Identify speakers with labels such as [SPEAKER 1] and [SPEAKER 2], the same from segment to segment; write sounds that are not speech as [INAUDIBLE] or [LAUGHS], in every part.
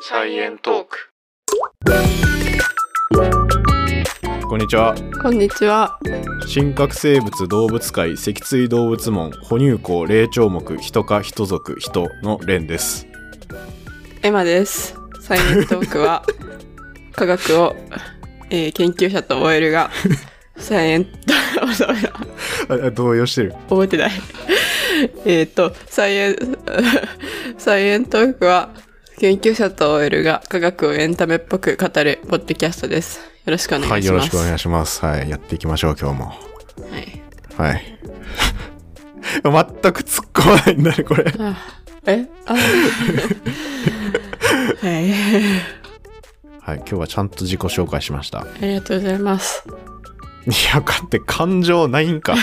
[SPEAKER 1] サイエントーク。
[SPEAKER 2] こんにちは
[SPEAKER 1] こんにちは。
[SPEAKER 2] 新核生物動物界脊椎動物門哺乳綱霊長目人科人族人の蓮です
[SPEAKER 1] エマです。サイエントーク
[SPEAKER 2] [LAUGHS]
[SPEAKER 1] は、科学を、えー研究者と OL
[SPEAKER 2] [LAUGHS]
[SPEAKER 1] が、サイエント、 [LAUGHS] ダメだ
[SPEAKER 2] ああ動揺してる
[SPEAKER 1] 覚えてない。 [LAUGHS] えっと、サイエン、 [LAUGHS] サイエントークは、研究者と OL が科学をエンタメっぽく語るポッドキャストです。よろしくお願いしま
[SPEAKER 2] はい
[SPEAKER 1] す。
[SPEAKER 2] よろしくお願
[SPEAKER 1] い
[SPEAKER 2] いしますはいやっていきましょう今日も
[SPEAKER 1] はい。
[SPEAKER 2] はい [LAUGHS] 全く突っ込まないんだねこれ
[SPEAKER 1] あえ
[SPEAKER 2] [LAUGHS]
[SPEAKER 1] あはい。
[SPEAKER 2] はい今日はちゃんと自己紹介しました
[SPEAKER 1] ありがとうございます。
[SPEAKER 2] いやかって感情ないんか [LAUGHS] い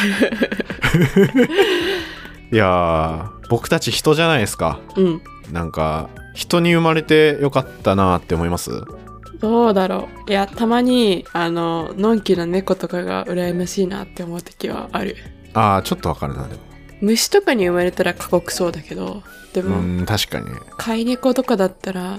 [SPEAKER 2] やー僕たち人じゃないですか
[SPEAKER 1] うん。
[SPEAKER 2] なんか人に生まれてよかったなって思います
[SPEAKER 1] どうだろういやたまにあののんきな猫とかが羨ましいなって思う時はある
[SPEAKER 2] ああちょっとわかるなでも
[SPEAKER 1] 虫とかに生まれたら過酷そうだけどで
[SPEAKER 2] う
[SPEAKER 1] も、
[SPEAKER 2] ん確かにね
[SPEAKER 1] 飼い猫とかだったら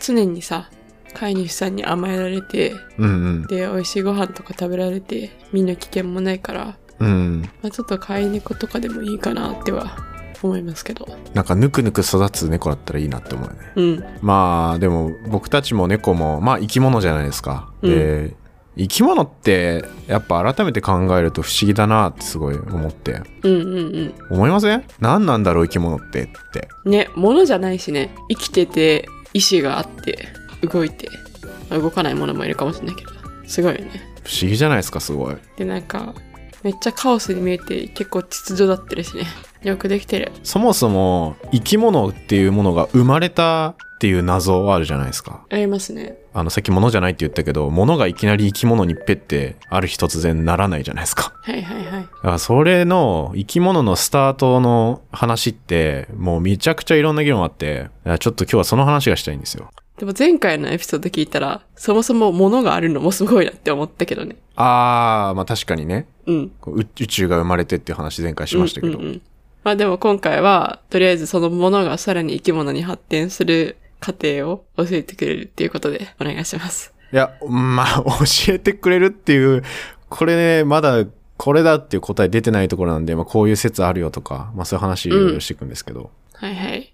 [SPEAKER 1] 常にさ飼い主さんに甘えられて
[SPEAKER 2] うん
[SPEAKER 1] で美味しいご飯とか食べられて身の危険もないから、
[SPEAKER 2] うんうん
[SPEAKER 1] まあ、ちょっと飼い猫とかでもいいかなっては思いますけど
[SPEAKER 2] なんかぬくぬく育つ猫だったらいいなって思うよね
[SPEAKER 1] うん
[SPEAKER 2] まあでも僕たちも猫もまあ生き物じゃないですか、で生き物ってやっぱ改めて考えると不思議だなってすごい思って
[SPEAKER 1] うんうん
[SPEAKER 2] 思いません何なんだろう生き物ってって
[SPEAKER 1] うんね物じゃないしね生きてて意志があって動いてまあ動かないものもいるかもしれないけどすごいよね
[SPEAKER 2] 不思議じゃないですかすごい
[SPEAKER 1] でなんかめっちゃカオスに見えて結構秩序だってるしねよくできてる
[SPEAKER 2] そもそも生き物っていうものが生まれたっていう謎はあるじゃないですか
[SPEAKER 1] ありますね
[SPEAKER 2] あのさっき物じゃないって言ったけど物がいきなり生き物にペッてある日突然ならないじゃないですか
[SPEAKER 1] はいはいはい
[SPEAKER 2] だからそれの生き物のスタートの話ってもうめちゃくちゃいろんな議論あっていやちょっと今日はその話がしたいんですよ
[SPEAKER 1] でも前回のエピソード聞いたらそもそも物があるのもすごいなって思ったけどね
[SPEAKER 2] あーまあ確かにね
[SPEAKER 1] うん
[SPEAKER 2] こう宇宇宙が生まれてっていう話前回しましたけど、
[SPEAKER 1] うんうんうんまあでも今回はとりあえずその物がさらに生き物に発展する過程を教えてくれるっていうことでお願いします
[SPEAKER 2] いやまあ教えてくれるっていうこれねまだこれだっていう答え出てないところなんで、まあ、こういう説あるよとか、まあ、そういう話いろいろしていくんですけど、
[SPEAKER 1] はいはい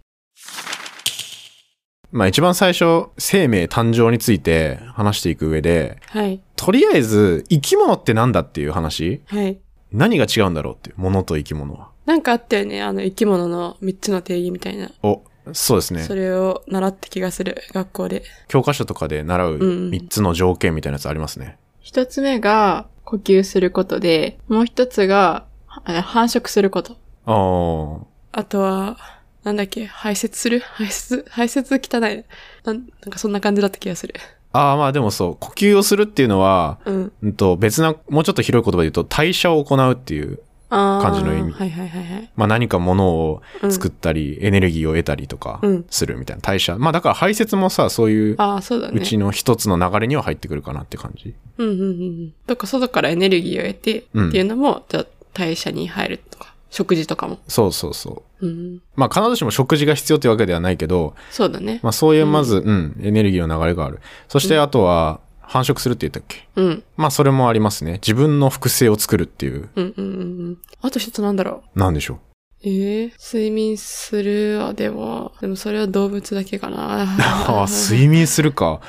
[SPEAKER 2] まあ一番最初生命誕生について話していく上で
[SPEAKER 1] はい
[SPEAKER 2] とりあえず生き物ってなんだっていう話
[SPEAKER 1] はい
[SPEAKER 2] 何が違うんだろうっていうものと生き物は
[SPEAKER 1] なんかあったよねあの生き物の3つの定義みたいな、
[SPEAKER 2] おそうですね
[SPEAKER 1] それを習った気がする学校で
[SPEAKER 2] 教科書とかで習う
[SPEAKER 1] うん
[SPEAKER 2] 3つの条件みたいなやつありますね、
[SPEAKER 1] 一つ目が呼吸することで、もう一つがあ繁殖すること。
[SPEAKER 2] あー
[SPEAKER 1] あとは、なんだっけ、排泄する排泄、排泄汚い。なんなんかそんな感じだった気がする。
[SPEAKER 2] あーまあでもそう呼吸をするっていうのは
[SPEAKER 1] うん。
[SPEAKER 2] うんと別なもうちょっと広い言葉で言うと代謝を行うっていう、
[SPEAKER 1] あー
[SPEAKER 2] 感じの意味
[SPEAKER 1] はいはいはいはい。
[SPEAKER 2] まあ、何かものを
[SPEAKER 1] うん、
[SPEAKER 2] 作ったり、エネルギーを得たりとか
[SPEAKER 1] うん
[SPEAKER 2] するみたいな代謝まあだから排泄もさそういう
[SPEAKER 1] ああ、そうだね。
[SPEAKER 2] うちの一つの流れには入ってくるかなって感じ
[SPEAKER 1] うんうんうんうん。とか外からエネルギーを得て、
[SPEAKER 2] うん
[SPEAKER 1] っていうのも、じゃあ代謝に入るとか、食事とかも。
[SPEAKER 2] そうそうそう
[SPEAKER 1] うん。
[SPEAKER 2] まあ必ずしも食事が必要というわけではないけど、
[SPEAKER 1] そうだね。
[SPEAKER 2] まあそういう
[SPEAKER 1] うん
[SPEAKER 2] まず、うん、エネルギーの流れがある。そしてあとは繁殖するって言ったっけ
[SPEAKER 1] うん。
[SPEAKER 2] まあそれもありますね。自分の複製を作るっていう。
[SPEAKER 1] うんうんうんうん。あと一つなんだろう。
[SPEAKER 2] なんでしょ
[SPEAKER 1] ええ睡眠するはでも、でもそれは動物だけかな。
[SPEAKER 2] う。 [LAUGHS] ああ、睡眠するか。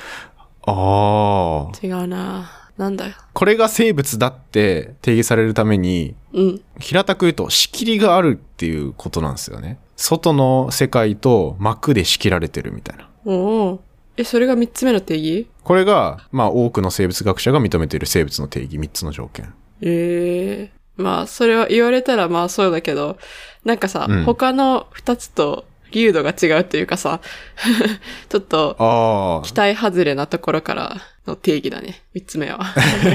[SPEAKER 2] ああ。
[SPEAKER 1] 違うな。なんだよ。
[SPEAKER 2] これが生物だって定義されるために、
[SPEAKER 1] うん。
[SPEAKER 2] 平たく言うと仕切りがあるっていうことなんですよね。外の世界と幕で仕切られてるみたいな。
[SPEAKER 1] おお。え、それが三つ目の定義
[SPEAKER 2] これが、まあ多くの生物学者が認めている生物の定義、3つの条件。
[SPEAKER 1] ええまあ、それは言われたらまあそうだけど、なんかさ、
[SPEAKER 2] うん
[SPEAKER 1] 他の二つと流度が違うというかさ、 [LAUGHS] ちょっと
[SPEAKER 2] ああ。
[SPEAKER 1] 期待外れなところからの定義だね。三つ目
[SPEAKER 2] [LAUGHS]
[SPEAKER 1] は。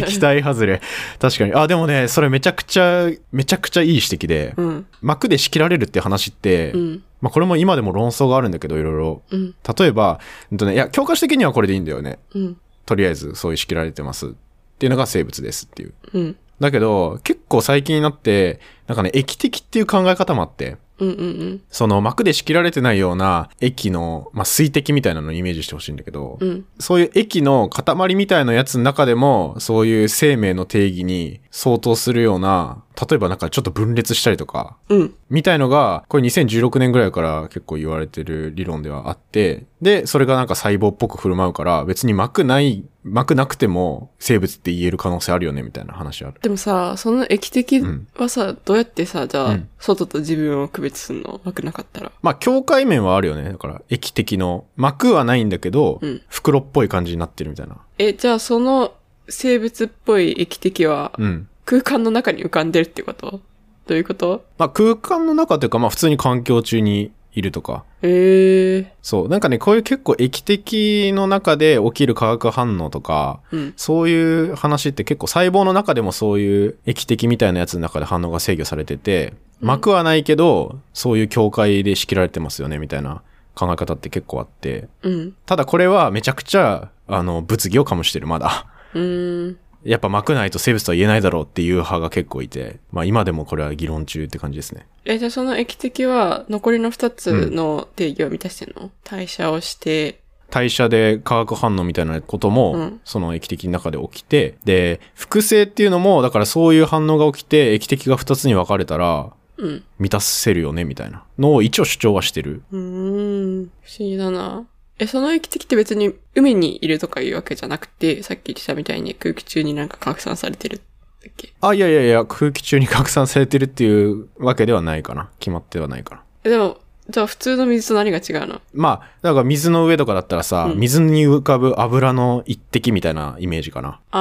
[SPEAKER 2] 期待外れ。確かに。あ、でもね、それめちゃくちゃ、めちゃくちゃいい指摘で、
[SPEAKER 1] うん。
[SPEAKER 2] 幕で仕切られるって話って、
[SPEAKER 1] うん。
[SPEAKER 2] まあこれも今でも論争があるんだけど、いろいろ。
[SPEAKER 1] うん。
[SPEAKER 2] 例えば、うんとね、いや、教科書的にはこれでいいんだよね。
[SPEAKER 1] うん。
[SPEAKER 2] とりあえず、そういう仕切られてます。っていうのが生物ですっていう。
[SPEAKER 1] うん。
[SPEAKER 2] だけど、結構最近になって、なんかね、駅的っていう考え方もあって、
[SPEAKER 1] うんうんうん。
[SPEAKER 2] その膜で仕切られてないような駅の、まあ、水滴みたいなのをイメージしてほしいんだけど、
[SPEAKER 1] うん。
[SPEAKER 2] そういう駅の塊みたいなやつの中でも、そういう生命の定義に相当するような、例えばなんかちょっと分裂したりとか、
[SPEAKER 1] うん。
[SPEAKER 2] みたいのが、これ2016年ぐらいから結構言われてる理論ではあって、で、それがなんか細胞っぽく振る舞うから、別に膜ない、膜なくても生物って言える可能性あるよね、みたいな話ある。
[SPEAKER 1] でもさ、その液滴はさ、どうやってさ、じゃあ、
[SPEAKER 2] うん
[SPEAKER 1] 外と自分を区別するの枠なかったら。
[SPEAKER 2] まあ、境界面はあるよね。だから、液的の。膜はないんだけど、
[SPEAKER 1] うん
[SPEAKER 2] 袋っぽい感じになってるみたいな。
[SPEAKER 1] え、じゃあその生物っぽい液滴は、
[SPEAKER 2] うん。
[SPEAKER 1] 空間の中に浮かんでるってことどういうこと
[SPEAKER 2] まあ、空間の中というか、まあ、普通に環境中にいるとか。
[SPEAKER 1] ええ
[SPEAKER 2] そう。なんかね、こういう結構液的の中で起きる化学反応とか、
[SPEAKER 1] うん。
[SPEAKER 2] そういう話って結構細胞の中でもそういう液滴みたいなやつの中で反応が制御されてて、
[SPEAKER 1] うん
[SPEAKER 2] 膜はないけど、そういう境界で仕切られてますよね、みたいな考え方って結構あって。
[SPEAKER 1] うん。
[SPEAKER 2] ただこれはめちゃくちゃ、あの、物議を醸してる、まだ。
[SPEAKER 1] うーん。
[SPEAKER 2] やっぱ膜ないと生物とは言えないだろうっていう派が結構いて、まあ今でもこれは議論中って感じですね。
[SPEAKER 1] え、じゃあその液滴は残りの二つの定義を満たしてんの、代謝をして、
[SPEAKER 2] 代謝で化学反応みたいなことも、
[SPEAKER 1] うん
[SPEAKER 2] その液滴の中で起きて、で、複製っていうのも、だからそういう反応が起きて、液滴が2つに分かれたら、
[SPEAKER 1] うん。
[SPEAKER 2] 満たせるよね、みたいなのを一応主張はしてる。
[SPEAKER 1] うーん。不思議だな。え、その液滴って別に海にいるとかいうわけじゃなくて、さっき言ってたみたいに空気中になんか拡散されてるんだっけ
[SPEAKER 2] あ、いやいやいや、空気中に拡散されてるっていうわけではないかな。決まってはないかな。
[SPEAKER 1] え、でも、じゃあ普通の水と何が違うの
[SPEAKER 2] まあ、だから水の上とかだったらさ、
[SPEAKER 1] うん
[SPEAKER 2] 水に浮かぶ油の一滴みたいなイメージかな。
[SPEAKER 1] あ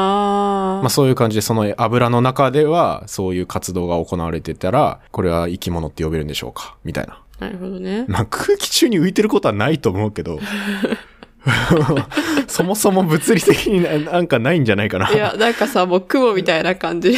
[SPEAKER 1] ー。
[SPEAKER 2] まあそういう感じで、その油の中では、そういう活動が行われてたら、これは生き物って呼べるんでしょうかみたいな。
[SPEAKER 1] なるほどね。
[SPEAKER 2] まあ空気中に浮いてることはないと思うけ
[SPEAKER 1] [LAUGHS]
[SPEAKER 2] ど、そもそも物理的にななんかないんじゃないかな。
[SPEAKER 1] いや、なんかさ、もう雲みたいな
[SPEAKER 2] [LAUGHS]
[SPEAKER 1] 感じで。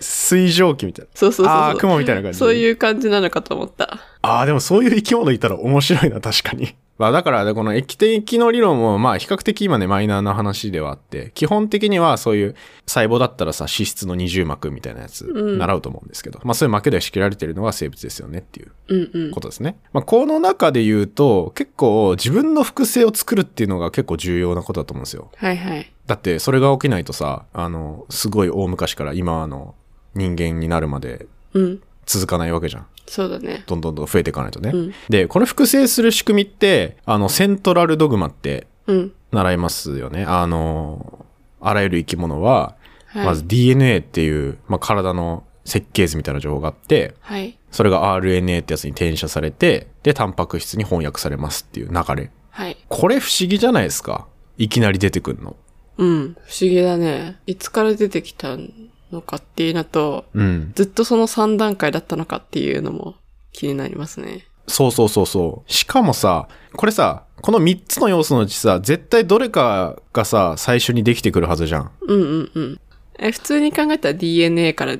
[SPEAKER 2] 水蒸気みたいな。
[SPEAKER 1] そうそうそうそう。
[SPEAKER 2] ああ、雲みたいな感じ。
[SPEAKER 1] そう
[SPEAKER 2] う。
[SPEAKER 1] いう感じなのかと思った。
[SPEAKER 2] ああ、でもそういう生き物いたら面白いな、確かに。まあだから、この液体の理論も、まあ比較的今ね、マイナーな話ではあって、基本的にはそういう細胞だったらさ、脂質の二重膜みたいなやつ、
[SPEAKER 1] うん
[SPEAKER 2] 習うと思うんですけど、まあそういう膜で仕切られてるのが生物ですよねっていう。
[SPEAKER 1] うんうん。
[SPEAKER 2] ことですね。まあ、この中で言うと、結構自分の複製を作るっていうのが結構重要なことだと思うんですよ。
[SPEAKER 1] はいはい。
[SPEAKER 2] だって、それが起きないとさ、あの、すごい大昔から今の人間になるまで
[SPEAKER 1] うん。
[SPEAKER 2] 続かないわけじゃん。
[SPEAKER 1] そうだね。
[SPEAKER 2] どんどんどん増えていかないとね。
[SPEAKER 1] うん
[SPEAKER 2] で、この複製する仕組みって、あの、セントラルドグマって
[SPEAKER 1] うん。
[SPEAKER 2] 習いますよね。あの、あらゆる生き物は、
[SPEAKER 1] はい。
[SPEAKER 2] まず DNA っていう、まあ、体の設計図みたいな情報があって、
[SPEAKER 1] はい。
[SPEAKER 2] それが RNA ってやつに転写されて、で、タンパク質に翻訳されますっていう流れ。
[SPEAKER 1] はい。
[SPEAKER 2] これ不思議じゃないですか。いきなり出てくるの。
[SPEAKER 1] うん。不思議だね。いつから出てきたのかっていうのと、
[SPEAKER 2] うん。
[SPEAKER 1] ずっとその3段階だったのかっていうのも気になりますね。
[SPEAKER 2] そうそうそうそう。しかもさ、これさ、この3つの要素のうちさ、絶対どれかがさ、最初にできてくるはずじゃん。
[SPEAKER 1] うんうんうん。え、普通に考えたら DNA から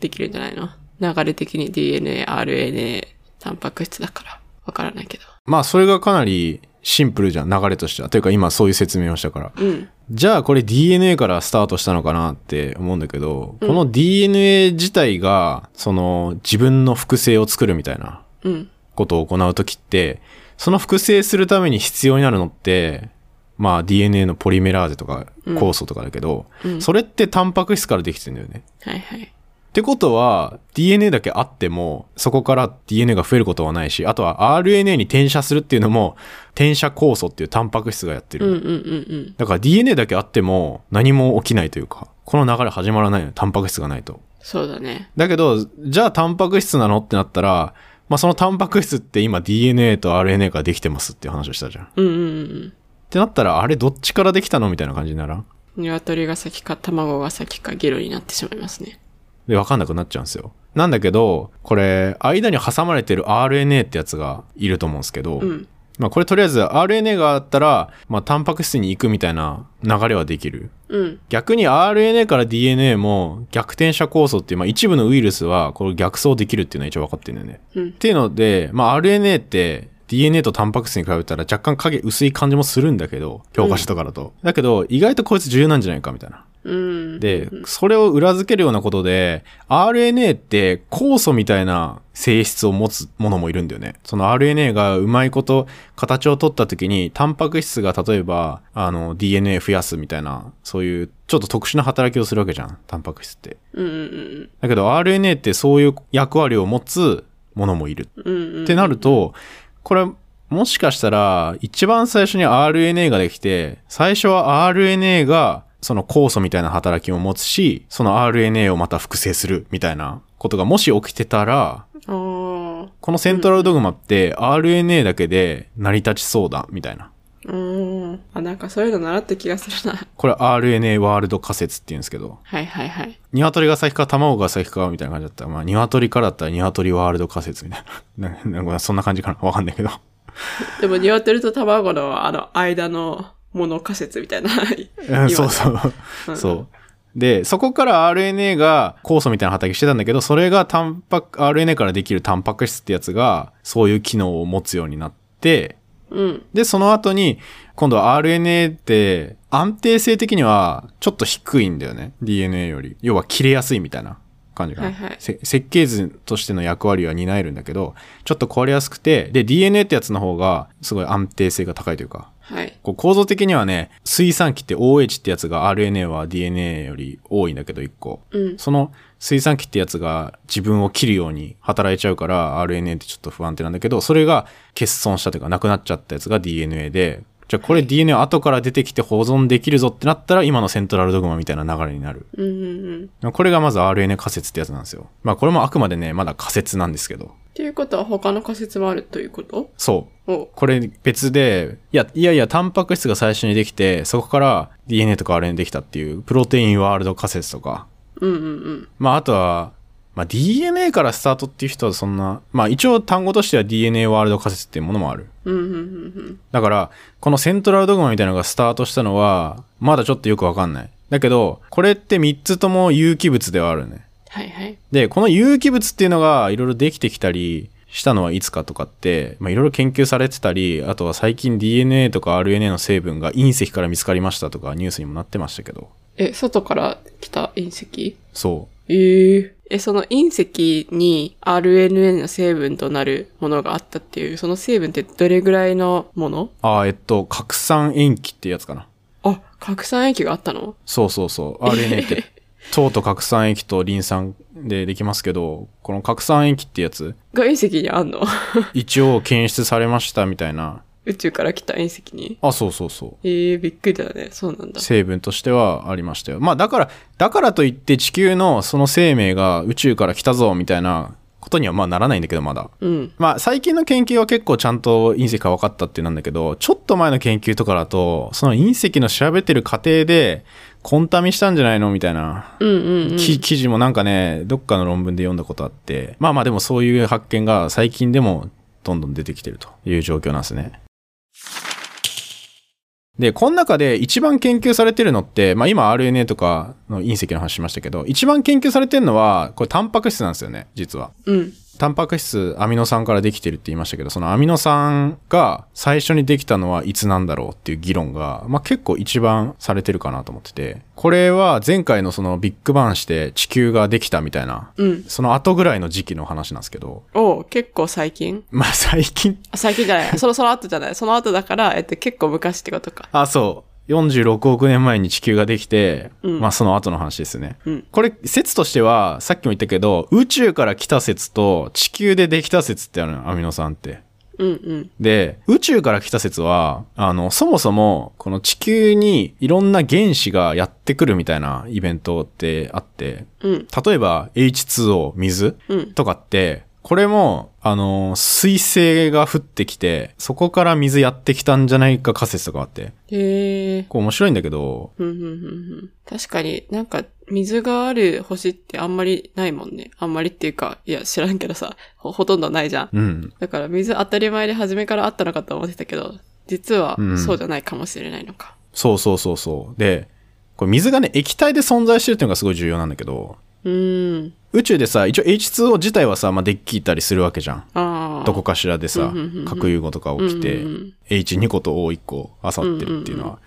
[SPEAKER 1] できるんじゃないの流れ的に DNA、RNA、タンパク質だから。わからないけど。
[SPEAKER 2] まあ、それがかなりシンプルじゃん。流れとしては。というか今そういう説明をしたから。
[SPEAKER 1] うん。
[SPEAKER 2] じゃあこれ DNA からスタートしたのかなって思うんだけど、この DNA 自体が、その、自分の複製を作るみたいな
[SPEAKER 1] うん。
[SPEAKER 2] ことを行うときって、その複製するために必要になるのって、まあ DNA のポリメラーゼとか
[SPEAKER 1] うん
[SPEAKER 2] 酵素とかだけど、
[SPEAKER 1] うん
[SPEAKER 2] それってタンパク質からできてるんだよね。
[SPEAKER 1] はいはい。
[SPEAKER 2] ってことは DNA だけあってもそこから DNA が増えることはないし、あとは RNA に転写するっていうのも転写酵素っていうタンパク質がやって
[SPEAKER 1] う
[SPEAKER 2] る。
[SPEAKER 1] んうんうんうん。
[SPEAKER 2] だから DNA だけあっても何も起きないというか、この流れ始まらないのよ。タンパク質がないと。
[SPEAKER 1] そうだね。
[SPEAKER 2] だけど、じゃあタンパク質なのってなったら、まあそのタンパク質って今 DNA と RNA からできてますっていう話をしたじゃん。っ
[SPEAKER 1] うんうん
[SPEAKER 2] てなったら、あれどっちからできたのみたいな感じにならん
[SPEAKER 1] うん。鶏が先か卵が先かゲロになってしまいますね。
[SPEAKER 2] で、わかんなくなっちゃうんですよ。なんだけど、これ、間に挟まれてる RNA ってやつがいると思うんですけど、
[SPEAKER 1] うん。
[SPEAKER 2] まあこれとりあえず RNA があったら、まあタンパク質に行くみたいな流れはできる。
[SPEAKER 1] うん。
[SPEAKER 2] 逆に RNA から DNA も逆転者酵素っていう、まあ、一部のウイルスはこれ逆走できるっていうのは一応分かってるんだよね。
[SPEAKER 1] うん
[SPEAKER 2] っていうので、まあ、RNA って DNA とタンパク質に比べたら若干影薄い感じもするんだけど、教科書とかだと。だけど、意外とこいつ重要なんじゃないかみたいな。
[SPEAKER 1] うん。
[SPEAKER 2] で、それを裏付けるようなことで、RNA って酵素みたいな性質を持つものもいるんだよね。その RNA がうまいこと形を取った時に、タンパク質が例えば、あの、DNA 増やすみたいな、そういうちょっと特殊な働きをするわけじゃん、タンパク質って。
[SPEAKER 1] うんうん
[SPEAKER 2] だけど RNA ってそういう役割を持つものもいる。
[SPEAKER 1] うん。うんうん。
[SPEAKER 2] ってなると、これ、もしかしたら、一番最初に RNA ができて、最初は RNA が、その酵素みたいな働きを持つし、その RNA をまた複製するみたいなことがもし起きてたら、
[SPEAKER 1] あー
[SPEAKER 2] このセントラルドグマって RNA だけで成り立ちそうだ、みたいな。
[SPEAKER 1] うん。あ、なんかそういうの習った気がするな。 [LAUGHS]
[SPEAKER 2] これ RNA ワールド仮説って言うんですけど、
[SPEAKER 1] はいはいはい。
[SPEAKER 2] 鶏が先か卵が先かみたいな感じだったら、まあ鶏からだったら鶏ワールド仮説みたいな。 [LAUGHS] ななんかそんな感じかなわかんないけど。
[SPEAKER 1] でも、鶏と卵の、あの、間のもの仮説みたいな。
[SPEAKER 2] うん [LAUGHS] そう
[SPEAKER 1] う。
[SPEAKER 2] そう。
[SPEAKER 1] ん
[SPEAKER 2] そう。で、そこから RNA が酵素みたいな働きしてたんだけど、それがタンパク、RNA からできるタンパク質ってやつが、そういう機能を持つようになって、
[SPEAKER 1] うん。
[SPEAKER 2] で、その後に、今度は RNA って安定性的にはちょっと低いんだよね。DNA より。要は切れやすいみたいな感じかな。
[SPEAKER 1] はいはい
[SPEAKER 2] せ設計図としての役割は担えるんだけど、ちょっと壊れやすくて、で、DNA ってやつの方がすごい安定性が高いというか、
[SPEAKER 1] はい。
[SPEAKER 2] こう構造的にはね、水産基って OH ってやつが RNA は DNA より多いんだけど1個。
[SPEAKER 1] うん。
[SPEAKER 2] その水産基ってやつが自分を切るように働いちゃうから RNA ってちょっと不安定なんだけど、それが欠損したというかなくなっちゃったやつが DNA で、じゃあこれ DNA 後から出てきて保存できるぞってなったら今のセントラルドグマみたいな流れになる。
[SPEAKER 1] うんうんうん。
[SPEAKER 2] これがまず RNA 仮説ってやつなんですよ。まあこれもあくまでね、まだ仮説なんですけど。
[SPEAKER 1] っていうことは他の仮説もあるということ
[SPEAKER 2] そう。
[SPEAKER 1] お
[SPEAKER 2] これ別で、いや、いやいや、タンパク質が最初にできて、そこから DNA とか RNA できたっていう、プロテインワールド仮説とか、
[SPEAKER 1] うんうんうん。
[SPEAKER 2] まああとは、まあ DNA からスタートっていう人はそんな、まあ一応単語としては DNA ワールド仮説っていうものもある。
[SPEAKER 1] うんうんうん
[SPEAKER 2] だから、このセントラルドグマみたいなのがスタートしたのは、まだちょっとよくわかんない。だけど、これって3つとも有機物ではあるね。
[SPEAKER 1] はいはい。
[SPEAKER 2] で、この有機物っていうのがいろいろできてきたりしたのはいつかとかって、まあ、いろいろ研究されてたり、あとは最近 DNA とか RNA の成分が隕石から見つかりましたとかニュースにもなってましたけど、
[SPEAKER 1] え、外から来た隕石
[SPEAKER 2] そ
[SPEAKER 1] えええ、その隕石に RNA の成分となるものがあったっていう、その成分ってどれぐらいのもの
[SPEAKER 2] う。ああ、えっと、核酸塩基ってやつかな。
[SPEAKER 1] あ、核酸液があったの
[SPEAKER 2] そうそうそう。RNA って、糖と核酸液とリン酸でできますけど、この核酸塩基ってやつ、
[SPEAKER 1] が隕石にあんの [LAUGHS]
[SPEAKER 2] 一応検出されましたみたいな。
[SPEAKER 1] 宇宙から来た隕石に。
[SPEAKER 2] あ、そうそうそう。
[SPEAKER 1] ええびっくりだね。そうなんだ。
[SPEAKER 2] 成分としてはありましたよ。まあだから、だからといって地球のその生命が宇宙から来たぞみたいなことにはまあならないんだけどまだ。
[SPEAKER 1] うん。
[SPEAKER 2] まあ最近の研究は結構ちゃんと隕石が分かったってなんだけど、ちょっと前の研究とかだと、その隕石の調べてる過程で、コンタミしたんじゃないのみたいな、
[SPEAKER 1] うんうんうん。
[SPEAKER 2] き記事もなんかね、どっかの論文で読んだことあって、まあまあでもそういう発見が最近でもどんどん出てきてるという状況なんですね。で、この中で一番研究されてるのって、まあ今 RNA とかの隕石の話しましたけど、一番研究されてるのは、これタンパク質なんですよね、実は。
[SPEAKER 1] うん。
[SPEAKER 2] タンパク質、アミノ酸からできてるって言いましたけど、そのアミノ酸が最初にできたのはいつなんだろうっていう議論が、まあ結構一番されてるかなと思ってて、これは前回のそのビッグバンして地球ができたみたいな、
[SPEAKER 1] うん。
[SPEAKER 2] その後ぐらいの時期の話なんですけど、
[SPEAKER 1] おう結構最近
[SPEAKER 2] まあ最近、
[SPEAKER 1] あ最近じゃ
[SPEAKER 2] [LAUGHS]
[SPEAKER 1] ない。そろそろ後じゃない。その後だから、えっと、結構昔ってことか。
[SPEAKER 2] あ、そう。46億年前に地球ができて、
[SPEAKER 1] うん
[SPEAKER 2] まあその後の話ですね。
[SPEAKER 1] うん
[SPEAKER 2] これ、説としては、さっきも言ったけど、宇宙から来た説と地球でできた説ってあるのよアミノ酸って。
[SPEAKER 1] うんうん。
[SPEAKER 2] で、宇宙から来た説は、あの、そもそも、この地球にいろんな原子がやってくるみたいなイベントってあって、
[SPEAKER 1] うん。
[SPEAKER 2] 例えば H2O、水
[SPEAKER 1] うん。
[SPEAKER 2] とかって、これも、あの、水星が降ってきて、そこから水やってきたんじゃないか仮説とかあって、
[SPEAKER 1] へえ。
[SPEAKER 2] こう面白いんだけど、
[SPEAKER 1] うんうんうんうん。確かになんか、水がある星ってあんまりないもんね。あんまりっていうか、いや、知らんけどさ、ほほとんどないじゃん。
[SPEAKER 2] うん。
[SPEAKER 1] だから水当たり前で初めからあったのかと思ってたけど、実は
[SPEAKER 2] うん
[SPEAKER 1] そうじゃないかもしれないのか。
[SPEAKER 2] そうそうそうそう。で、これ水がね、液体で存在してるっていうのがすごい重要なんだけど、
[SPEAKER 1] うーん。
[SPEAKER 2] 宇宙でさ、一応 H2O 自体はさ、まあ、できたりするわけじゃん。
[SPEAKER 1] ああ。
[SPEAKER 2] どこかしらでさ
[SPEAKER 1] うんうんうんうん、
[SPEAKER 2] 核融合とか起きて
[SPEAKER 1] うんうんうん、
[SPEAKER 2] H2 個と O1 個あさってるっていうのは。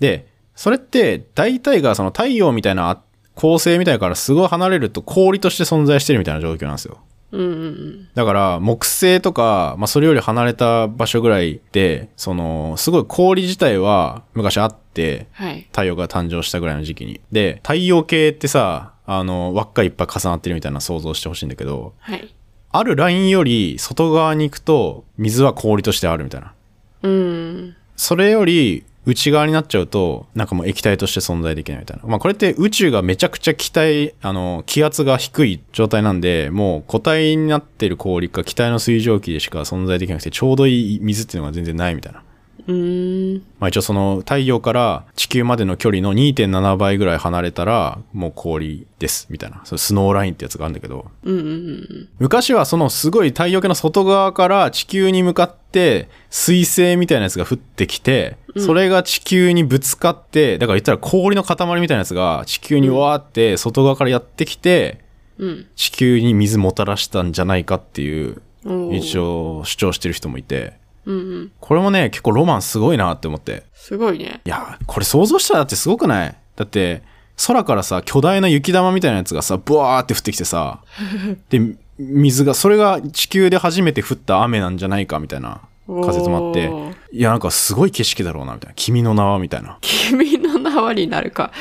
[SPEAKER 2] で、それって、大体がその太陽みたいな構成みたいなのからすごい離れると氷として存在してるみたいな状況なんですよ。
[SPEAKER 1] うんうん
[SPEAKER 2] だから木星とか、まあ、それより離れた場所ぐらいでそのすごい氷自体は昔あって
[SPEAKER 1] はい
[SPEAKER 2] 太陽が誕生したぐらいの時期にで太陽系ってさあの輪っかいっぱい重なってるみたいな想像してほしいんだけど
[SPEAKER 1] はい
[SPEAKER 2] あるラインより外側に行くと水は氷としてあるみたいな
[SPEAKER 1] うん
[SPEAKER 2] それより内側になっちゃうとなんかもう液体として存在できないみたいな、まあ、これって宇宙がめちゃくちゃ気体あの気圧が低い状態なんでもう固体になってる氷か気体の水蒸気でしか存在できなくてちょうどいい水っていうのが全然ないみたいな、
[SPEAKER 1] うーん
[SPEAKER 2] まあ、一応その太陽から地球までの距離の2.7倍ぐらい離れたらもう氷ですみたいなそのスノーラインってやつがあるんだけど
[SPEAKER 1] うんうん
[SPEAKER 2] 昔はそのすごい太陽系の外側から地球に向かって水星みたいなやつが降ってきて、それが地球にぶつかって、だから言ったら氷の塊みたいなやつが地球にわーって外側からやってきて、
[SPEAKER 1] うん
[SPEAKER 2] 地球に水もたらしたんじゃないかっていう、
[SPEAKER 1] うんおー
[SPEAKER 2] 一応主張してる人もいて、
[SPEAKER 1] うんうん
[SPEAKER 2] これもね、結構ロマンすごいなって思って。
[SPEAKER 1] すごいね
[SPEAKER 2] いや、これ想像したらだってすごくないだって、空からさ、巨大な雪玉みたいなやつがさ、ブワーって降ってきてさ、
[SPEAKER 1] [LAUGHS]
[SPEAKER 2] で、水が、それが地球で初めて降った雨なんじゃないかみたいな仮説もあって
[SPEAKER 1] おー、。
[SPEAKER 2] いや、なんかすごい景色だろうな、みたいな。君の名は、みたいな
[SPEAKER 1] 君の名はになるか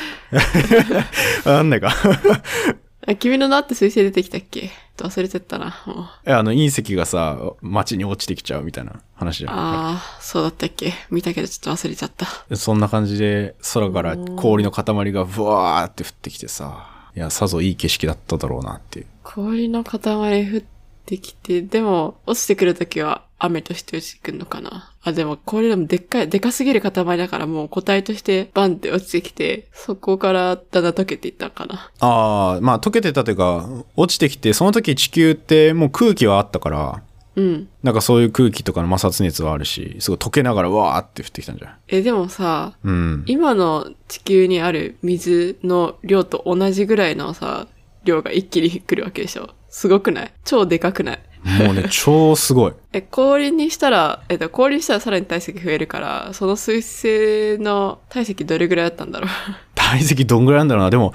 [SPEAKER 2] あなんだか [LAUGHS]
[SPEAKER 1] あ君の名って水星出てきたっけ忘れてったなもう
[SPEAKER 2] いやあの、隕石がさ、街に落ちてきちゃうみたいな話じゃん。
[SPEAKER 1] ああそうだったっけ見たけどちょっと忘れちゃった
[SPEAKER 2] そんな感じで空から氷の塊がブワーって降ってきてさ、いや、さぞいい景色だっただろうなっていう。
[SPEAKER 1] 氷の塊降ってきて、でも、落ちてくるときは雨として落ちてくるのかなあ、でも氷でもでっかい、でかすぎる塊だからもう個体としてバンって落ちてきて、そこからだんだん溶けていったのかな
[SPEAKER 2] ああ、まあ溶けてたというか、落ちてきて、その時地球ってもう空気はあったから、
[SPEAKER 1] うん。
[SPEAKER 2] なんかそういう空気とかの摩擦熱はあるし、すごい溶けながらわーって降ってきたんじゃない
[SPEAKER 1] え、でもさ、
[SPEAKER 2] うん。
[SPEAKER 1] 今の地球にある水の量と同じぐらいのさ、量が一気に来るわけでしょすごくない超でかくない
[SPEAKER 2] もうね、超すごい。
[SPEAKER 1] え、氷にしたら、えっと、氷にしたらさらに体積増えるから、その水星の体積どれぐらいだったんだろう
[SPEAKER 2] 体積どんぐらいなんだろうな。でも、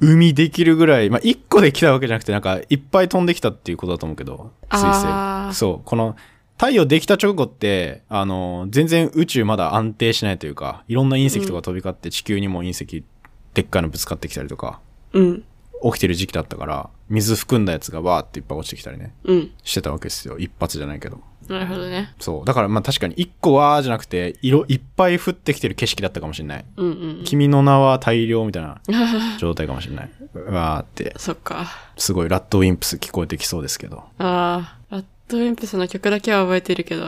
[SPEAKER 2] 海できるぐらい、まあ、一個で来たわけじゃなくて、なんか、いっぱい飛んできたっていうことだと思うけど、水
[SPEAKER 1] あー
[SPEAKER 2] 星。そう、この、太陽できた直後って、あの、全然宇宙まだ安定しないというか、いろんな隕石とか飛び交って、地球にも隕石、でっかいのぶつかってきたりとか、
[SPEAKER 1] うん。 [LAUGHS]
[SPEAKER 2] 起きてる時期だったから、水含んだやつがわーっていっぱい落ちてきたりね、
[SPEAKER 1] うん。
[SPEAKER 2] してたわけですよ。一発じゃないけど。
[SPEAKER 1] なるほどね。
[SPEAKER 2] そう。だからまあ確かに一個わーじゃなくて、色いっぱい降ってきてる景色だったかもしれない。
[SPEAKER 1] うんうん。
[SPEAKER 2] 君の名は大量みたいな状態かもしれない。わーって、
[SPEAKER 1] [LAUGHS] そっか。
[SPEAKER 2] すごいラッドウィンプス聞こえてきそうですけど。 [LAUGHS]
[SPEAKER 1] ああ、ラッドウィンプスの曲だけは覚えてるけど、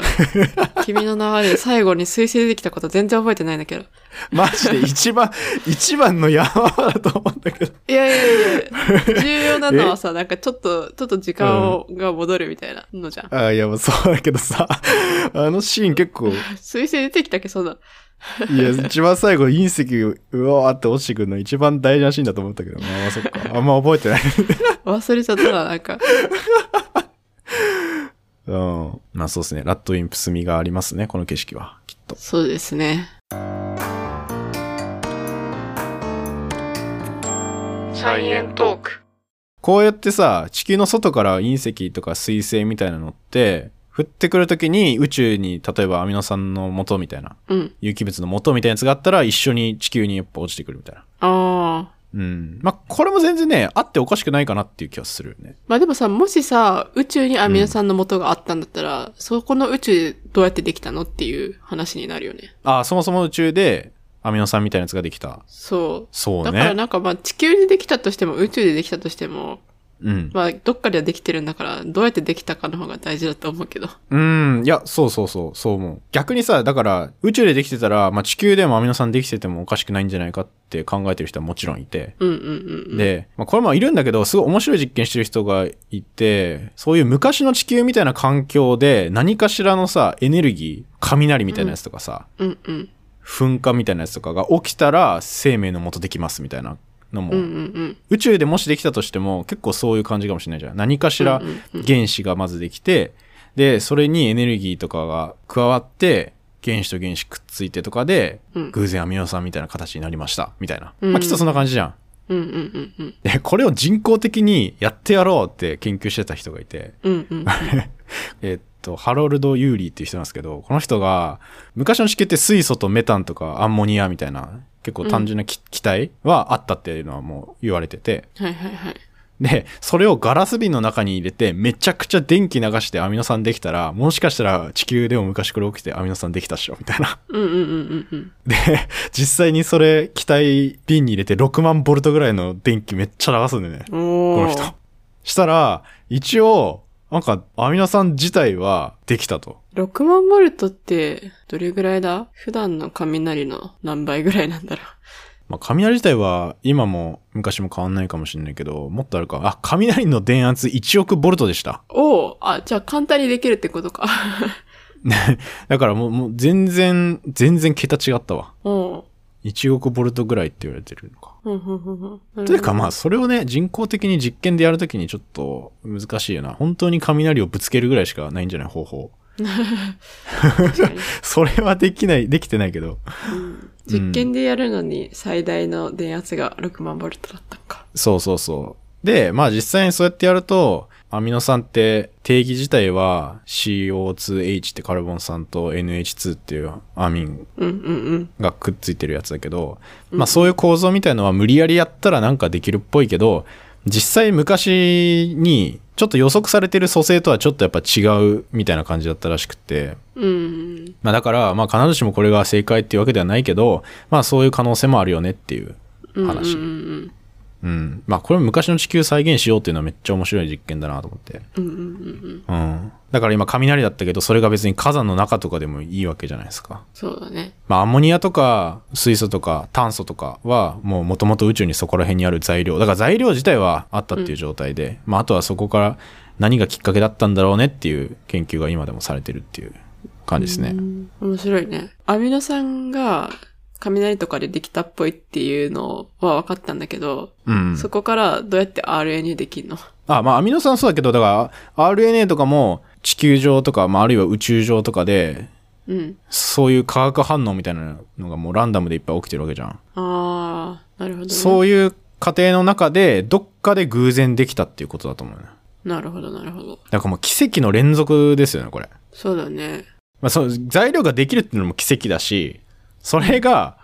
[SPEAKER 1] 君の名はで最後に水星出てきたこと全然覚えてないんだけど。
[SPEAKER 2] マジで一番、一番の山だと思うんだけど。
[SPEAKER 1] いやいやいや、重要なのはさ、なんかちょっと、ちょっと時間を、が戻るみたいなのじゃん。
[SPEAKER 2] あーいや、もうそうだけどさ、あのシーン結構、い
[SPEAKER 1] 水星出てきたっけ、そんな。
[SPEAKER 2] や、一番最後隕石、うわーって落ちてくるの一番大事なシーンだと思ったけど、まあまあそっか。あんま覚えてない。
[SPEAKER 1] 忘れちゃったな、なんか。
[SPEAKER 2] うん。まあそうですね。ラッドウィンプス味がありますね、この景色は。きっと。
[SPEAKER 1] そうですね。サイエントーク。
[SPEAKER 2] こうやってさ、地球の外から隕石とか水星みたいなのって、降ってくるときに宇宙に、例えばアミノ酸の元みたいな、
[SPEAKER 1] うん。
[SPEAKER 2] 有機物の元みたいなやつがあったら一緒に地球にやっぱ落ちてくるみたいな。
[SPEAKER 1] ああ。
[SPEAKER 2] うん。まあ、これも全然ね、あっておかしくないかなっていう気はするよね。
[SPEAKER 1] まあでもさ、もしさ、宇宙にアミノ酸の元があったんだったら、そこの宇宙どうやってできたのっていう話になるよね。
[SPEAKER 2] ああ、そもそも宇宙でアミノ酸みたいなやつができた。
[SPEAKER 1] そ。
[SPEAKER 2] そうう
[SPEAKER 1] だ
[SPEAKER 2] ね。
[SPEAKER 1] からなんかまあ地球でできたとしても宇宙でできたとしても、
[SPEAKER 2] うん。
[SPEAKER 1] まあどっかではできてるんだから、どうやってできたかの方が大事だと思うけど。
[SPEAKER 2] うん。いや、そうそうそう、そう思う。逆にさ、だから、宇宙でできてたら、まあ、地球でもアミノ酸できててもおかしくないんじゃないかって考えてる人はもちろんいて。
[SPEAKER 1] うんうんうんうん。
[SPEAKER 2] で、まあ、これもいるんだけど、すごい面白い実験してる人がいて、そういう昔の地球みたいな環境で何かしらのさ、エネルギー、雷みたいなやつとかさ、
[SPEAKER 1] うんうん。
[SPEAKER 2] 噴火みたいなやつとかが起きたら生命のもとできますみたいなのも、
[SPEAKER 1] うんうん
[SPEAKER 2] 宇宙でもしできたとしても結構そういう感じかもしれないじゃん。何かしら
[SPEAKER 1] うんうんうん
[SPEAKER 2] 原子がまずできて、で、それにエネルギーとかが加わって、原子と原子くっついてとかで、
[SPEAKER 1] うん
[SPEAKER 2] 偶然アミノ酸みたいな形になりました、みたいな。
[SPEAKER 1] うん
[SPEAKER 2] まあきっとそんな感じじゃん。
[SPEAKER 1] うんうんうんうん。
[SPEAKER 2] で、これを人工的にやってやろうって研究してた人がいて、
[SPEAKER 1] うんうん。
[SPEAKER 2] えっと、ハロルド・ユーリーっていう人なんですけど、この人が、昔の地球って水素とメタンとかアンモニアみたいな、結構単純な気,、気体はあったっていうのはもう言われてて、
[SPEAKER 1] はいはいはい。
[SPEAKER 2] で、それをガラス瓶の中に入れて、めちゃくちゃ電気流してアミノ酸できたら、もしかしたら地球でも昔これ起きてアミノ酸できたっしょ、みたいな。
[SPEAKER 1] うんうんうんうんうん。
[SPEAKER 2] で、実際にそれ、気体瓶に入れて6万ボルトぐらいの電気めっちゃ流すんでね。こ
[SPEAKER 1] お
[SPEAKER 2] の
[SPEAKER 1] ー
[SPEAKER 2] 人。したら、一応、なんか、アミノ酸自体はできたと。
[SPEAKER 1] 6万ボルトって、どれぐらいだ普段の雷の何倍ぐらいなんだろ
[SPEAKER 2] まあ、雷自体は今も昔も変わんないかもしれないけど、もっとあるか。あ、雷の電圧1億ボルトでした。
[SPEAKER 1] う。おおあ、じゃあ簡単にできるってことか。 [LAUGHS]
[SPEAKER 2] だからもう、もう全然、全然桁違ったわ。
[SPEAKER 1] おう
[SPEAKER 2] 1億ボルトぐらいって言われてるのか。
[SPEAKER 1] うんうんうんうん。
[SPEAKER 2] というかま
[SPEAKER 1] あ。
[SPEAKER 2] あ、それをね、人工的に実験でやるときにちょっと難しいよな。本当に雷をぶつけるぐらいしかないんじゃない方法。
[SPEAKER 1] 確かに
[SPEAKER 2] [LAUGHS] それはできない、できてないけど。
[SPEAKER 1] うん実験でやるのに最大の電圧が6万ボルトだったのか。
[SPEAKER 2] そうそうそう。で、まあ実際にそうやってやると、アミノ酸って定義自体は CO2H ってカルボン酸と NH2 っていうアミン
[SPEAKER 1] うんうんうん。
[SPEAKER 2] がくっついてるやつだけど、まあそういう構造みたいのは無理やりやったらなんかできるっぽいけど、実際昔にちょっと予測されてる組成とはちょっとやっぱ違うみたいな感じだったらしくて、
[SPEAKER 1] うん。
[SPEAKER 2] まあだから、まあ必ずしもこれが正解っていうわけではないけど、まあそういう可能性もあるよねっていう
[SPEAKER 1] うん
[SPEAKER 2] 話。
[SPEAKER 1] うんうん
[SPEAKER 2] うん。まあこれ昔の地球再現しようっていうのはめっちゃ面白い実験だなと思って。
[SPEAKER 1] うん。うんうんうんうん。
[SPEAKER 2] うん。だから今雷だったけど、それが別に火山の中とかでもいいわけじゃないですか。
[SPEAKER 1] そうだね。
[SPEAKER 2] まあアンモニアとか水素とか炭素とかはもう元々宇宙にそこら辺にある材料。だから材料自体はあったっていう状態で、まああとはそこから何がきっかけだったんだろうねっていう研究が今でもされてるっていう感じですね。
[SPEAKER 1] うん面白いね。アミノ酸が雷とかでできたっぽいっていうのは分かったんだけど、
[SPEAKER 2] うん。
[SPEAKER 1] そこからどうやって RNA できんの
[SPEAKER 2] あ、まあ、アミノ酸そうだけど、だから、RNA とかも、地球上とか、まあ、あるいは宇宙上とかで、
[SPEAKER 1] うん。
[SPEAKER 2] そういう化学反応みたいなのがもうランダムでいっぱい起きてるわけじゃん。
[SPEAKER 1] あー、なるほど、ね。
[SPEAKER 2] そういう過程の中で、どっかで偶然できたっていうことだと思うね。
[SPEAKER 1] なるほど、なるほど。
[SPEAKER 2] だからもう奇跡の連続ですよね、これ。
[SPEAKER 1] そうだね。
[SPEAKER 2] まあ、その材料ができるっていうのも奇跡だし、それが、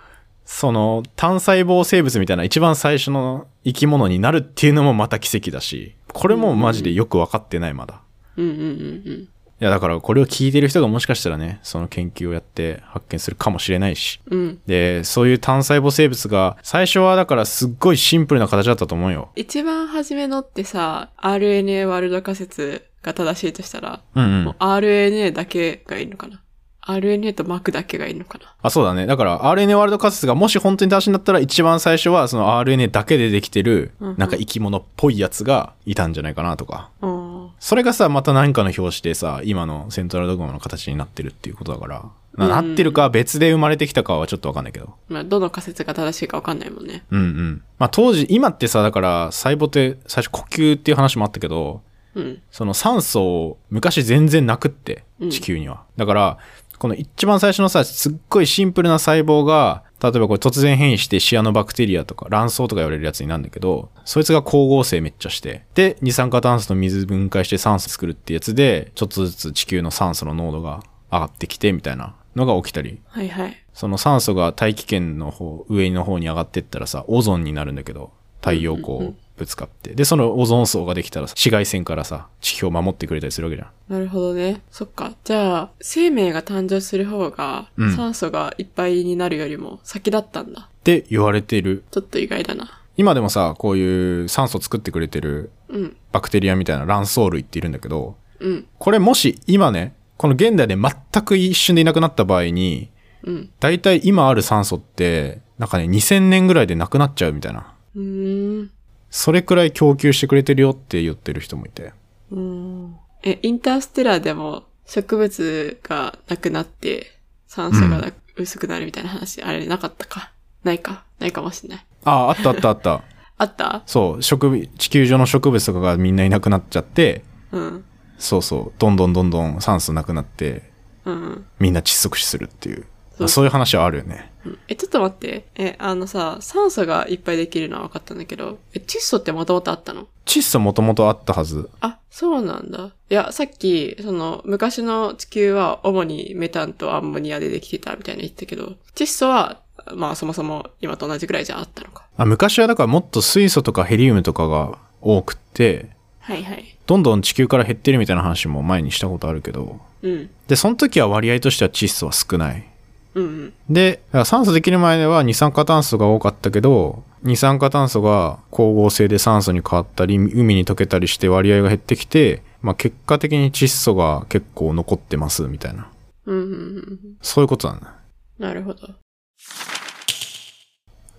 [SPEAKER 2] その単細胞生物みたいな一番最初の生き物になるっていうのもまた奇跡だし、これもマジでよくわかってない、まだ。
[SPEAKER 1] うんうんうんうん。
[SPEAKER 2] いやだからこれを聞いてる人がもしかしたらね、その研究をやって発見するかもしれないし。
[SPEAKER 1] うん。
[SPEAKER 2] で、そういう単細胞生物が、最初はだからすっごいシンプルな形だったと思うよ。
[SPEAKER 1] 一番初めのってさ、RNA ワールド仮説が正しいとしたら、
[SPEAKER 2] うんう。
[SPEAKER 1] もうん RNA だけがいいのかな ?RNA と膜だけがいいのかな
[SPEAKER 2] あ、そうだね。だから RNA ワールド仮説がもし本当に正しいんだったら一番最初はその RNA だけでできてる
[SPEAKER 1] うんうん、
[SPEAKER 2] なんか生き物っぽいやつがいたんじゃないかなとか。
[SPEAKER 1] あー
[SPEAKER 2] それがさ、また何かの表紙でさ、今のセントラルドグマの形になってるっていうことだから。な
[SPEAKER 1] うん
[SPEAKER 2] なってるか別で生まれてきたかはちょっとわかんないけど。
[SPEAKER 1] まあ、どの仮説が正しいかわかんないもんね。
[SPEAKER 2] うんうん。まあ当時、今ってさ、だから細胞って最初呼吸っていう話もあったけど、
[SPEAKER 1] うん。
[SPEAKER 2] その酸素を昔全然なくって
[SPEAKER 1] うん、
[SPEAKER 2] 地球には。だから、この一番最初のさ、すっごいシンプルな細胞が、例えばこれ突然変異してシアノバクテリアとか卵巣とか言われるやつになるんだけど、そいつが光合成めっちゃして、で、二酸化炭素と水分解して酸素作るってやつで、ちょっとずつ地球の酸素の濃度が上がってきてみたいなのが起きたり
[SPEAKER 1] はいはい。
[SPEAKER 2] その酸素が大気圏の方、上の方に上がってったらさ、オゾンになるんだけど、太陽光ぶつかって。で、そのオゾン層ができたらさ紫外線からさ、地表を守ってくれたりするわけじゃん。
[SPEAKER 1] なるほどね。そっか。じゃあ、生命が誕生する方が
[SPEAKER 2] う、ん
[SPEAKER 1] 酸素がいっぱいになるよりも先だったんだ。
[SPEAKER 2] って言われてる。
[SPEAKER 1] ちょっと意外だな。
[SPEAKER 2] 今でもさ、こういう酸素作ってくれてる
[SPEAKER 1] うん、
[SPEAKER 2] バクテリアみたいな卵巣類っているんだけど、
[SPEAKER 1] うん、
[SPEAKER 2] これもし今ね、この現代で全く一瞬でいなくなった場合に、
[SPEAKER 1] うん。
[SPEAKER 2] だいたい今ある酸素って、なんかね、2000年ぐらいでなくなっちゃうみたいな。
[SPEAKER 1] うーん。
[SPEAKER 2] それくらい供給してくれてるよって言ってる人もいて。
[SPEAKER 1] うーん。え、インターステラーでも植物がなくなって、酸素がな薄くなるみたいな話、あれなかったか。ないか。ないかもしれない。
[SPEAKER 2] ああ、あったあったあった。
[SPEAKER 1] あった
[SPEAKER 2] そう、植物、地球上の植物とかがみんないなくなっちゃって、
[SPEAKER 1] うん。
[SPEAKER 2] そうそう、どんどんどんどん酸素なくなって、
[SPEAKER 1] うん。
[SPEAKER 2] みんな窒息死するっていう。
[SPEAKER 1] そう
[SPEAKER 2] まあそういう話はあるよね。
[SPEAKER 1] え、ちょっと待って。え、あのさ、酸素がいっぱいできるのは分かったんだけど、え、窒素ってもともとあったの
[SPEAKER 2] 窒素もともとあったはず。
[SPEAKER 1] あ、そうなんだ。いや、さっき、その、昔の地球は主にメタンとアンモニアでできてたみたいな言ってたけど、窒素は、まあそもそも今と同じくらいじゃあったのか。
[SPEAKER 2] あ昔はだからもっと水素とかヘリウムとかが多くて、
[SPEAKER 1] はいはい。
[SPEAKER 2] どんどん地球から減ってるみたいな話も前にしたことあるけど、
[SPEAKER 1] うん。
[SPEAKER 2] で、その時は割合としては窒素は少ない。
[SPEAKER 1] うんうん。
[SPEAKER 2] で、だから酸素できる前では二酸化炭素が多かったけど、二酸化炭素が光合成で酸素に変わったり、海に溶けたりして割合が減ってきて、まあ結果的に窒素が結構残ってますみたいな。
[SPEAKER 1] うんうんうんうん。
[SPEAKER 2] そういうことなんだ。
[SPEAKER 1] なるほど。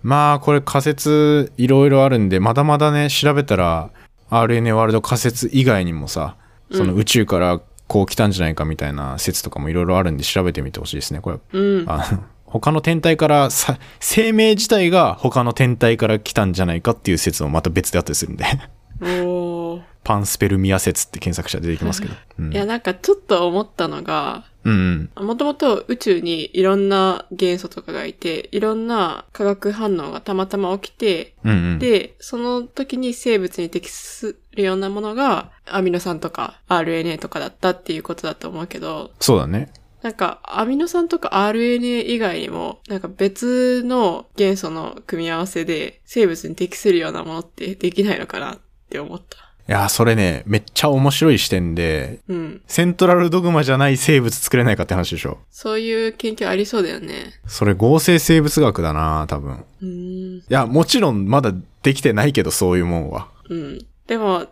[SPEAKER 2] まあこれ仮説いろいろあるんで、まだまだね、調べたら RNA ワールド仮説以外にもさ、その宇宙からこう来たんじゃないかみたいな説とかもいろいろあるんで調べてみてほしいですね。これ
[SPEAKER 1] うん。
[SPEAKER 2] あの他の天体からさ生命自体が他の天体から来たんじゃないかっていう説もまた別であったりするんで [LAUGHS]
[SPEAKER 1] おー。
[SPEAKER 2] パンスペルミア説って検索したら出てきますけど、うん、
[SPEAKER 1] いや、なんかちょっと思ったのが、
[SPEAKER 2] うんうん
[SPEAKER 1] もともと宇宙にいろんな元素とかがいて、いろんな化学反応がたまたま起きて、
[SPEAKER 2] うんうん
[SPEAKER 1] で、その時に生物に適するようなものがアミノ酸とか RNA とかだったっていうことだと思うけど、
[SPEAKER 2] そうだね
[SPEAKER 1] なんかアミノ酸とか RNA 以外にも、なんか別の元素の組み合わせで生物に適するようなものってできないのかなって思った。
[SPEAKER 2] いやそれねめっちゃ面白い視点で
[SPEAKER 1] うん。
[SPEAKER 2] セントラルドグマじゃない生物作れないかって話でしょ
[SPEAKER 1] そういう研究ありそうだよね。
[SPEAKER 2] それ合成生物学だな多分
[SPEAKER 1] うーん。
[SPEAKER 2] いやもちろんまだできてないけどそういうもんは
[SPEAKER 1] うん。でも、う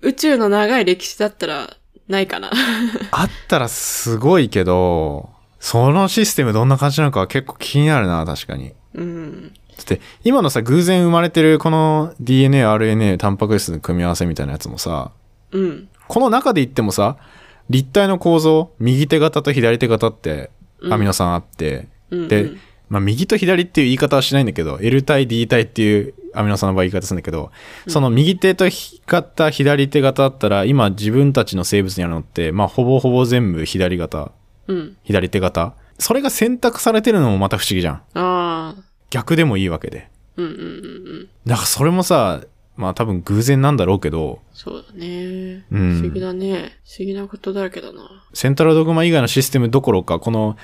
[SPEAKER 1] 宇宙の長い歴史だったら、ないかな。 [LAUGHS]
[SPEAKER 2] あったらすごいけどそのシステムどんな感じなのかは結構気になるな確かに
[SPEAKER 1] うん。
[SPEAKER 2] だって今のさ偶然生まれてるこの DNARNA タンパク質の組み合わせみたいなやつもさ
[SPEAKER 1] うん。
[SPEAKER 2] この中で言ってもさ立体の構造右手型と左手型って
[SPEAKER 1] うん
[SPEAKER 2] アミノ酸あって、
[SPEAKER 1] うん。
[SPEAKER 2] で、
[SPEAKER 1] うん
[SPEAKER 2] まあ、右と左っていう言い方はしないんだけど L 対 D 対っていうアミノ酸の場合言い方するんだけど、その右手とひ型左手型だったら今自分たちの生物にあるのって、まあ、ほぼほぼ全部左型
[SPEAKER 1] うん。
[SPEAKER 2] 左手型それが選択されてるのもまた不思議じゃん
[SPEAKER 1] ああ。
[SPEAKER 2] 逆でもいいわけで
[SPEAKER 1] うんうんうんうん。
[SPEAKER 2] だからそれもさ、まあ多分偶然なんだろうけど、
[SPEAKER 1] そうだね。
[SPEAKER 2] うん
[SPEAKER 1] 不思議だね。不思議なことだらけだな。
[SPEAKER 2] セントラルドグマ以外のシステムどころか、この、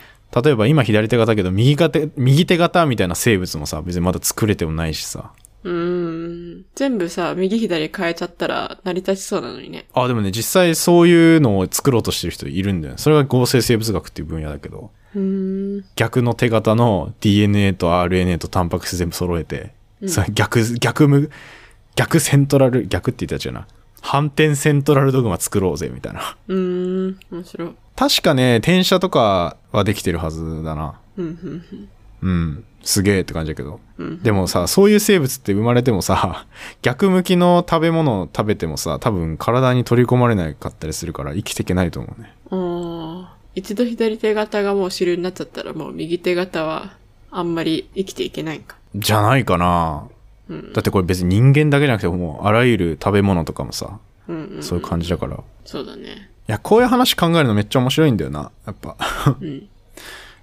[SPEAKER 2] 例えば今左手型だけど右手型、右手型みたいな生物もさ、別にまだ作れてもないしさ。
[SPEAKER 1] うーん。全部さ、右左変えちゃったら成り立ちそうなのにね。
[SPEAKER 2] あ、でもね、実際そういうのを作ろうとしてる人いるんだよね。それが合成生物学っていう分野だけど、
[SPEAKER 1] うーん。
[SPEAKER 2] 逆の手型の DNA と RNA とタンパク質全部揃えて、さ逆、逆無、逆セントラル、逆って言ったやつやな。反転セントラルドグマ作ろうぜ、みたいな。
[SPEAKER 1] うーん。面白い。
[SPEAKER 2] 確かね、転写とかはできてるはずだな。
[SPEAKER 1] うんうんうん。
[SPEAKER 2] うん。すげえって感じだけど。
[SPEAKER 1] うん
[SPEAKER 2] でもさ、そういう生物って生まれてもさ、 [LAUGHS] 逆向きの食べ物を食べてもさ、多分体に取り込まれなかったりするから生きていけないと思うね。
[SPEAKER 1] ああ。一度左手型がもう主流になっちゃったら、もう右手型は、あんまり生きていけないんか。
[SPEAKER 2] じゃないかな、
[SPEAKER 1] うん
[SPEAKER 2] だってこれ別に人間だけじゃなくてもうあらゆる食べ物とかもさ、
[SPEAKER 1] うんうん。
[SPEAKER 2] そういう感じだから。い
[SPEAKER 1] そうだね。
[SPEAKER 2] や、こういう話考えるのめっちゃ面白いんだよな、やっぱ。 [LAUGHS]
[SPEAKER 1] うん。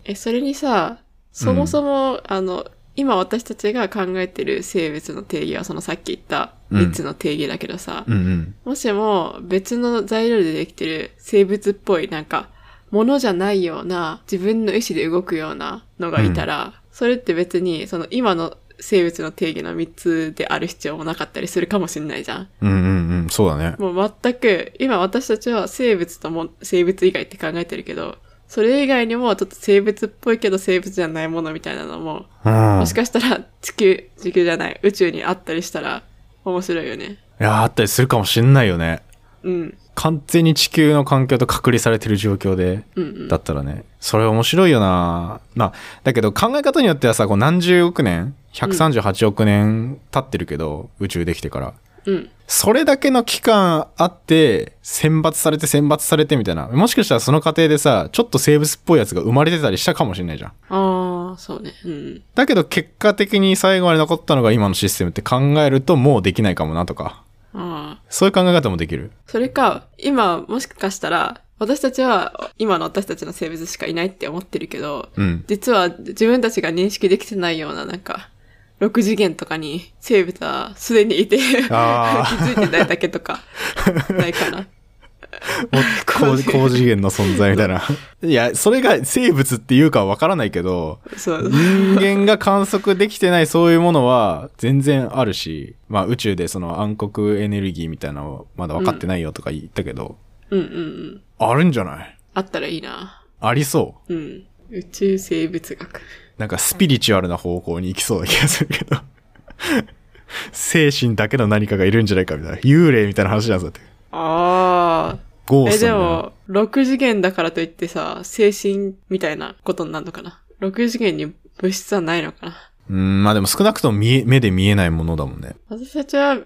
[SPEAKER 1] え、それにさ、そもそも、あの、今私たちが考えてる生物の定義は、そのさっき言った3つの定義だけどさ、
[SPEAKER 2] うんうん。
[SPEAKER 1] もしも別の材料でできてる生物っぽい、なんか、ものじゃないような、自分の意思で動くようなのがいたら、それって別に、その今の生物の定義の3つである必要もなかったりするかもしれないじゃん。
[SPEAKER 2] うんうんうん、そうだね。
[SPEAKER 1] もう全く、今私たちは生物とも、生物以外って考えてるけど、それ以外にもちょっと生物っぽいけど生物じゃないものみたいなのも、
[SPEAKER 2] うん。
[SPEAKER 1] もしかしたら地球、地球じゃない、宇宙にあったりしたら面白いよね。
[SPEAKER 2] いや、あったりするかもしんないよね。
[SPEAKER 1] うん。
[SPEAKER 2] 完全に地球の環境と隔離されてる状況で、
[SPEAKER 1] うんうん。
[SPEAKER 2] だったらね、それ面白いよなまあ、だけど考え方によってはさ、こう何十億年、138億年経ってるけど、宇宙できてから。
[SPEAKER 1] うん。
[SPEAKER 2] それだけの期間あって、選抜されて選抜されてみたいな。もしかしたらその過程でさ、ちょっと生物っぽいやつが生まれてたりしたかもしれないじゃん。
[SPEAKER 1] ああ、そうね。うん。
[SPEAKER 2] だけど結果的に最後まで残ったのが今のシステムって考えるともうできないかもなとか。
[SPEAKER 1] ああ。
[SPEAKER 2] そういう考え方もできる。
[SPEAKER 1] それか、今もしかしたら、私たちは今の私たちの生物しかいないって思ってるけど、
[SPEAKER 2] うん。
[SPEAKER 1] 実は自分たちが認識できてないようななんか、6次元とかに生物はすでにいて、気
[SPEAKER 2] あー
[SPEAKER 1] [LAUGHS] づいてないだけ
[SPEAKER 2] [LAUGHS]
[SPEAKER 1] とか、ないかな。
[SPEAKER 2] もう [LAUGHS] 高
[SPEAKER 1] 高
[SPEAKER 2] 次
[SPEAKER 1] 次
[SPEAKER 2] 高次元の存在みたいな。 [LAUGHS] いや、それが生物っていうかはわからないけど、
[SPEAKER 1] そう。
[SPEAKER 2] 人間が観測できてないそういうものは全然あるし、まあ宇宙でその暗黒エネルギーみたいなのまだ分かってないよとか言ったけど、
[SPEAKER 1] うんうんうん。
[SPEAKER 2] あるんじゃない
[SPEAKER 1] あったらいいな。
[SPEAKER 2] ありそう。
[SPEAKER 1] うん。宇宙生物学。
[SPEAKER 2] なんかスピリチュアルな方向に行きそうな気がするけど。精神だけの何かがいるんじゃないかみたいな。幽霊みたいな話なんだって。
[SPEAKER 1] ああ。
[SPEAKER 2] ゴー
[SPEAKER 1] え、
[SPEAKER 2] ストみたい
[SPEAKER 1] で
[SPEAKER 2] な。
[SPEAKER 1] も、6次元だからといってさ、精神みたいなことになるのかな。6次元に物質はないのかな。
[SPEAKER 2] うん、まあでも少なくとも見え目で見えないものだもんね。
[SPEAKER 1] 私たちは